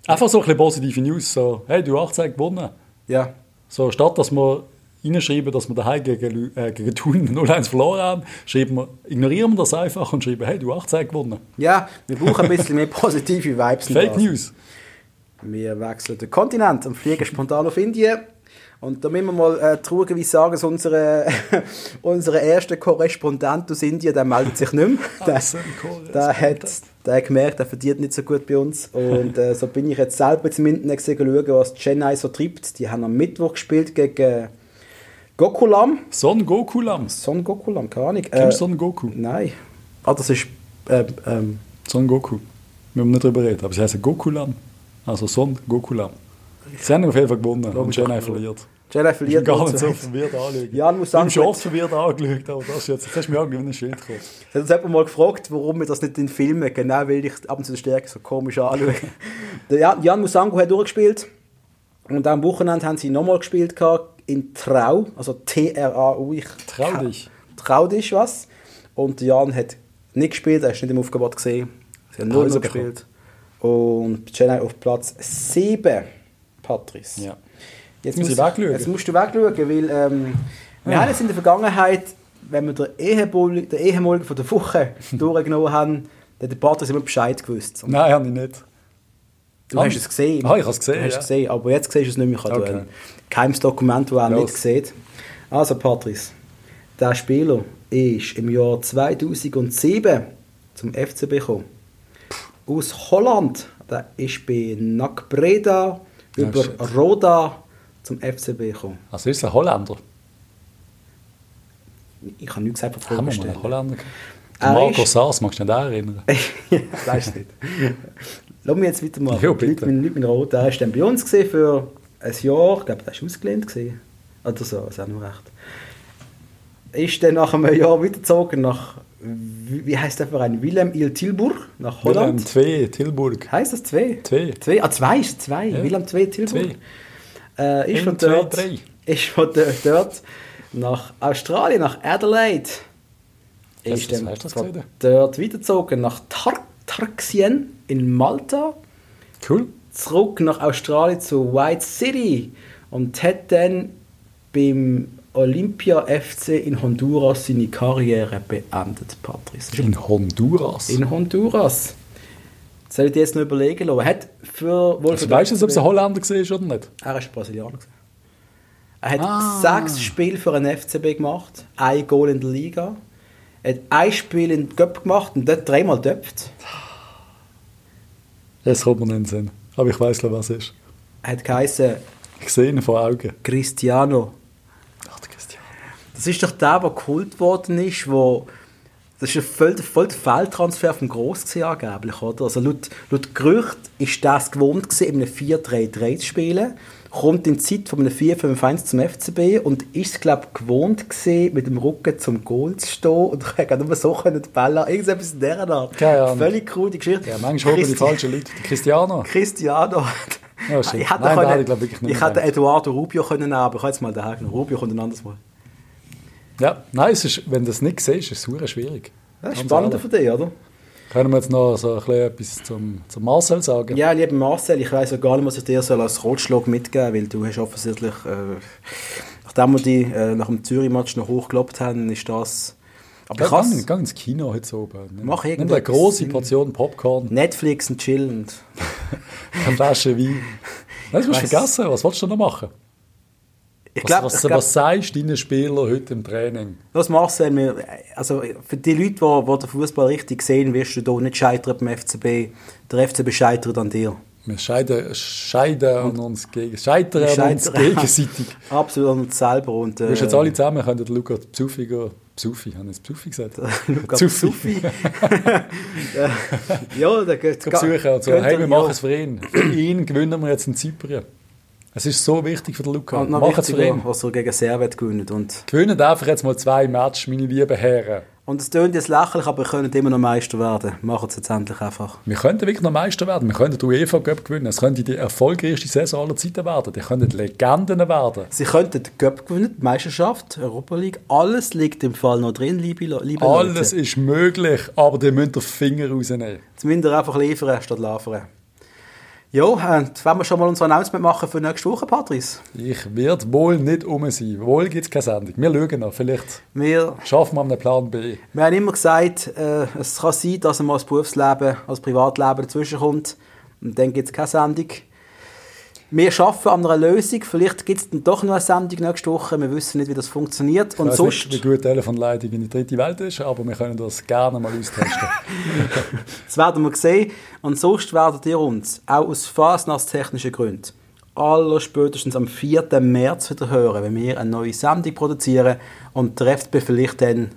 S3: Einfach so ein bisschen positive News, so, hey, du 18 gewonnen.
S1: Ja.
S3: So, statt dass wir reinschreiben, dass wir daheim gegen, Lü- äh, gegen Thun 0-1 verloren haben, schreiben wir, ignorieren wir das einfach und schreiben, hey, du 18 gewonnen.
S1: Ja, wir brauchen ein bisschen mehr positive Vibes. in
S3: Fake
S1: das.
S3: News.
S1: Wir wechseln den Kontinent und fliegen spontan auf Indien Und da müssen wir mal äh, traurigerweise sagen, dass unser, unser erster Korrespondent aus Indien, der meldet sich nicht mehr. Der,
S3: Also, Korrespondent.
S1: der, hat, der hat gemerkt, der verdient nicht so gut bei uns. Und äh, so bin ich jetzt selber zum Internet schauen, was die Chennai so treibt. Die haben am Mittwoch gespielt gegen äh, Gokulam.
S3: Son Goku Lams.
S1: Son Gokulam, keine Ahnung. Äh,
S3: Kennst du Son Goku?
S1: Nein. Ah, das ist... Äh, ähm,
S3: Son Goku. Wir müssen nicht darüber reden, aber sie heißen Gokulam. Also Son Gokulam. Sie haben auf jeden Fall gewonnen und Chennai verliert.
S1: Jedi
S3: Ich bin
S1: verliert
S3: gar
S1: und
S3: nicht so
S1: weiter.
S3: verwirrt angeschaut.
S1: Ja, ich muss
S3: ich bin
S1: sagen,
S3: schon
S1: gut.
S3: oft verwirrt angeschaut, aber das ist jetzt, jetzt hast du mir irgendwie einen Schild gekommen.
S1: Es hat uns jemand mal gefragt, warum wir das nicht in Filmen, genau weil ich ab und zu den Stärken so komisch anschaue. Der Jan, Jan Musango hat durchgespielt und am Wochenende haben sie nochmal gespielt gehabt, in Trau, also T-R-A-U. ich-
S3: Trau dich.
S1: Trau dich was. Und der Jan hat nicht gespielt, er ist nicht im Aufgebot gesehen. Sie haben nur
S3: Pause
S1: gespielt. Und Chennai auf Platz 7, Patrice.
S3: Ja.
S1: Jetzt,
S3: Muss
S1: muss
S3: ich Ah. wegschauen?
S1: Jetzt musst du wegschauen, weil ähm, wir haben es in der Vergangenheit, wenn wir den Ehemaligen, den Ehemaligen von der Woche durchgenommen haben, dann hat der Patrick immer Bescheid gewusst. Und
S3: Nein, habe ich nicht.
S1: du hast es gesehen.
S3: Ah, ich habe es gesehen,
S1: Du hast
S3: ja.
S1: es gesehen, aber jetzt siehst du es nicht mehr.
S3: Okay.
S1: Okay. Geheimes Dokument, das er
S3: Los.
S1: nicht sieht. Also Patrice, der Spieler ist im Jahr 2007 zum FCB gekommen. Aus Holland, der ist bei NAC Breda
S3: Ja,
S1: über
S3: Ah, shit.
S1: Roda zum FCB gekommen.
S3: Also ist es ein Holländer.
S1: Ich habe nichts gesagt von
S3: Haben wir mal einen
S1: Vorbestellen.
S3: Holländer
S1: Er Ah,
S3: gehabt? Marco
S1: ist-
S3: Saas, magst du dich an den erinnern?
S1: Weißt du nicht. Lass mich jetzt weitermachen.
S3: Jo, bitte.
S1: Leute, Leute mit Rot, der war dann bei uns gewesen für ein Jahr. Ich glaube, der war ausgelehnt. gewesen. Oder so, ist auch noch recht. Ist dann nach einem Jahr weitergezogen nach, wie wie heisst der Verein? Willem Il Tilburg, nach
S3: Holland?
S1: Holland.
S3: Twee, Tilburg.
S1: Heißt das zwei?
S3: Twee.
S1: Zwei, ah, zwei ist zwei.
S3: Ja.
S1: Willem zwei Tilburg. Äh, ist,
S3: Ein,
S1: von
S3: zwei,
S1: dort,
S3: drei.
S1: ist von dort- dort nach Australien, nach Adelaide.
S3: Was-
S1: Ist
S3: was
S1: dann
S3: heißt das
S1: von
S3: Gerede?
S1: dort weitergezogen nach Tar Tarxien in Malta,
S3: Cool.
S1: zurück nach Australien zu White City und hat dann beim Olympia FC in Honduras seine Karriere beendet, Patrice.
S3: In Honduras.
S1: In Honduras. Soll ich dir jetzt noch überlegen lassen? Er hat für... wohl
S3: also
S1: für-
S3: weißt du, ob es ein Holländer war oder nicht?
S1: er ist Brasilianer. gewesen. Er hat
S3: Ah.
S1: sechs Spiele für einen FCB gemacht, ein Goal in der Liga. Er hat ein Spiel in der Cup gemacht und dort dreimal döpft.
S3: Es kommt mir nicht in den Sinn. Aber ich weiß, was es ist.
S1: Er hat geheißen
S3: Ich sehe ihn vor Augen.
S1: Cristiano.
S3: Ach, der Christian.
S1: Das ist doch der, der geholt worden ist, wo das ist ja voll, voll der Fehltransfer vom Gross gewesen, angeblich, oder? Also laut, laut Gerücht ist das gewohnt gewesen, in einem 4-3-3 zu spielen, kommt in Zeit von einem 4-5-1 zum FCB und ist, glaube ich, gewohnt gewesen, mit dem Rücken zum Goal zu stehen und hat nur so können die Bälle an- irgendetwas in dieser Art.
S3: Keine Ahnung.
S1: Völlig krude Geschichte.
S3: Ja, manchmal holen die
S1: Christi-
S3: falschen Leute. Der Cristiano.
S1: Cristiano.
S3: Ja, stimmt.
S1: ich hätte
S3: Nein, da
S1: können,
S3: hätte ich, glaub, wirklich nicht
S1: ich hätte
S3: gedacht.
S1: Eduardo Rubio können nehmen, aber ich habe jetzt mal den Haken. Rubio kommt ein anderes Mal.
S3: Ja, nein, es ist, wenn du das nicht siehst, ist es super schwierig.
S1: Das ist
S3: Ganz
S1: spannender
S3: ehrlich.
S1: für dich, oder?
S3: Können wir jetzt noch so ein bisschen etwas zum, zum Marcel sagen?
S1: Ja, lieber Marcel, ich weiß auch gar nicht, was ich dir soll als Rotschlag mitgeben soll, weil du hast offensichtlich, äh, nachdem wir die äh, nach dem Zürich-Match noch hochgelobt haben, ist das... Aber ich
S3: Geh,
S1: hasse
S3: geh, geh ins Kino heute oben. Nimm,
S1: Mach
S3: nimm eine
S1: irgendetwas.
S3: große Portion Popcorn,
S1: Netflix und Chill und...
S3: eine Flasche Wein. Nein, Das musst du
S1: weiss.
S3: vergessen. Was willst du noch machen?
S1: Ich
S3: Was,
S1: glaube,
S3: was,
S1: was, glaub,
S3: was sagst du deinen Spielern heute im Training?
S1: was Marcel, wir, also für die Leute, die, die den Fußball richtig sehen, wirst du hier nicht scheitern beim FCB. Der FCB scheitert an dir.
S3: Wir scheiden, scheiden an uns gegen, scheitern
S1: Wir
S3: an uns
S1: scheitern.
S3: gegenseitig.
S1: Absolut an uns selber. Und,
S3: Wir
S1: äh,
S3: sind jetzt alle zusammen, können Luca Psufiger, Psufi, haben jetzt Psufi gesagt?
S1: Luca Zuffi. ja, da geht
S3: Go besuchen und so. Hey, wir machen es für ihn. Für ihn gewinnen wir jetzt in Zypern. Es ist so wichtig für den Luca.
S1: Und noch
S3: Machen es für
S1: wichtiger,
S3: ihn.
S1: was er gegen Servet gewinnt. Und,
S3: Gewinnen einfach jetzt mal zwei Matches, meine lieben Herren.
S1: und es tönt jetzt lächerlich, aber ihr könnt immer noch Meister werden. Macht es jetzt endlich einfach.
S3: Wir könnten wirklich noch Meister werden. Wir könnten die UEFA Cup gewinnen. Es könnte die erfolgreichste Saison aller Zeiten werden. Die könnten Legenden werden.
S1: Sie könnten den Cup gewinnen, die Meisterschaft, Europa League. Alles liegt im Fall noch drin, liebe, Le- liebe
S3: Alles
S1: Leute.
S3: ist möglich, aber die müssen den Finger rausnehmen.
S1: Jetzt müsst ihr einfach liefern statt laufen. Ja, und wollen wir schon mal unser Announcement machen für nächste Woche, Patrice?
S3: Ich werde wohl nicht um sein. Wohl gibt es keine Sendung. Wir schauen noch. Vielleicht
S1: Wir,
S3: schaffen wir einen Plan B.
S1: wir haben immer gesagt, äh, es kann sein, dass einmal das Berufsleben, als Privatleben dazwischen kommt. Und dann gibt es keine Sendung. Wir arbeiten an einer Lösung. Vielleicht gibt es dann doch noch eine Sendung nächste Woche. Wir wissen nicht, wie das funktioniert. Und
S3: Ich weiss
S1: sonst.
S3: nicht, wie gut Telefonleitung in die dritte Welt ist, aber wir können das gerne mal austesten.
S1: Das werden wir sehen. Und sonst werdet ihr uns, auch aus fasnachtstechnischen Gründen, aller spätestens am 4. März wieder hören, wenn wir eine neue Sendung produzieren und der FDP vielleicht dann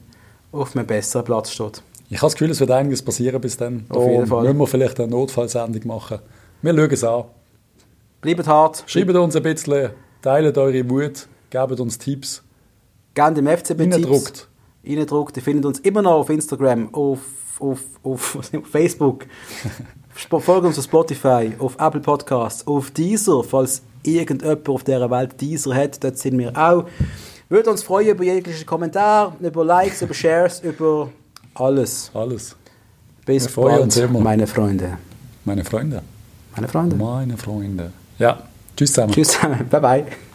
S1: auf einem besseren Platz steht.
S3: ich habe das Gefühl, es wird einiges passieren bis dann.
S1: Auf jeden
S3: Darum
S1: Fall.
S3: Müssen wir vielleicht eine Notfallsendung machen. Wir schauen es an.
S1: Bleibt hart,
S3: Schreibt uns ein bisschen, teilt eure Mut, gebt uns Tipps.
S1: gerne dem FCB Tipps.
S3: Reindruckt.
S1: Reindruckt. Ihr findet uns immer noch auf Instagram, auf, auf, auf, auf Facebook. Sp- Folgt uns auf Spotify, auf Apple Podcasts, auf Deezer, falls irgendjemand auf dieser Welt Deezer hat, dort sind wir auch. Würde uns freuen über jeglichen Kommentar, über Likes, über Shares, über alles.
S3: Alles.
S1: Bis
S3: Wir freuen
S1: bald,
S3: uns immer.
S1: meine Freunde.
S3: Meine Freunde.
S1: Meine Freunde.
S3: Meine Freunde. Ja. Tschüss zusammen.
S1: Tschüss zusammen. Bye bye.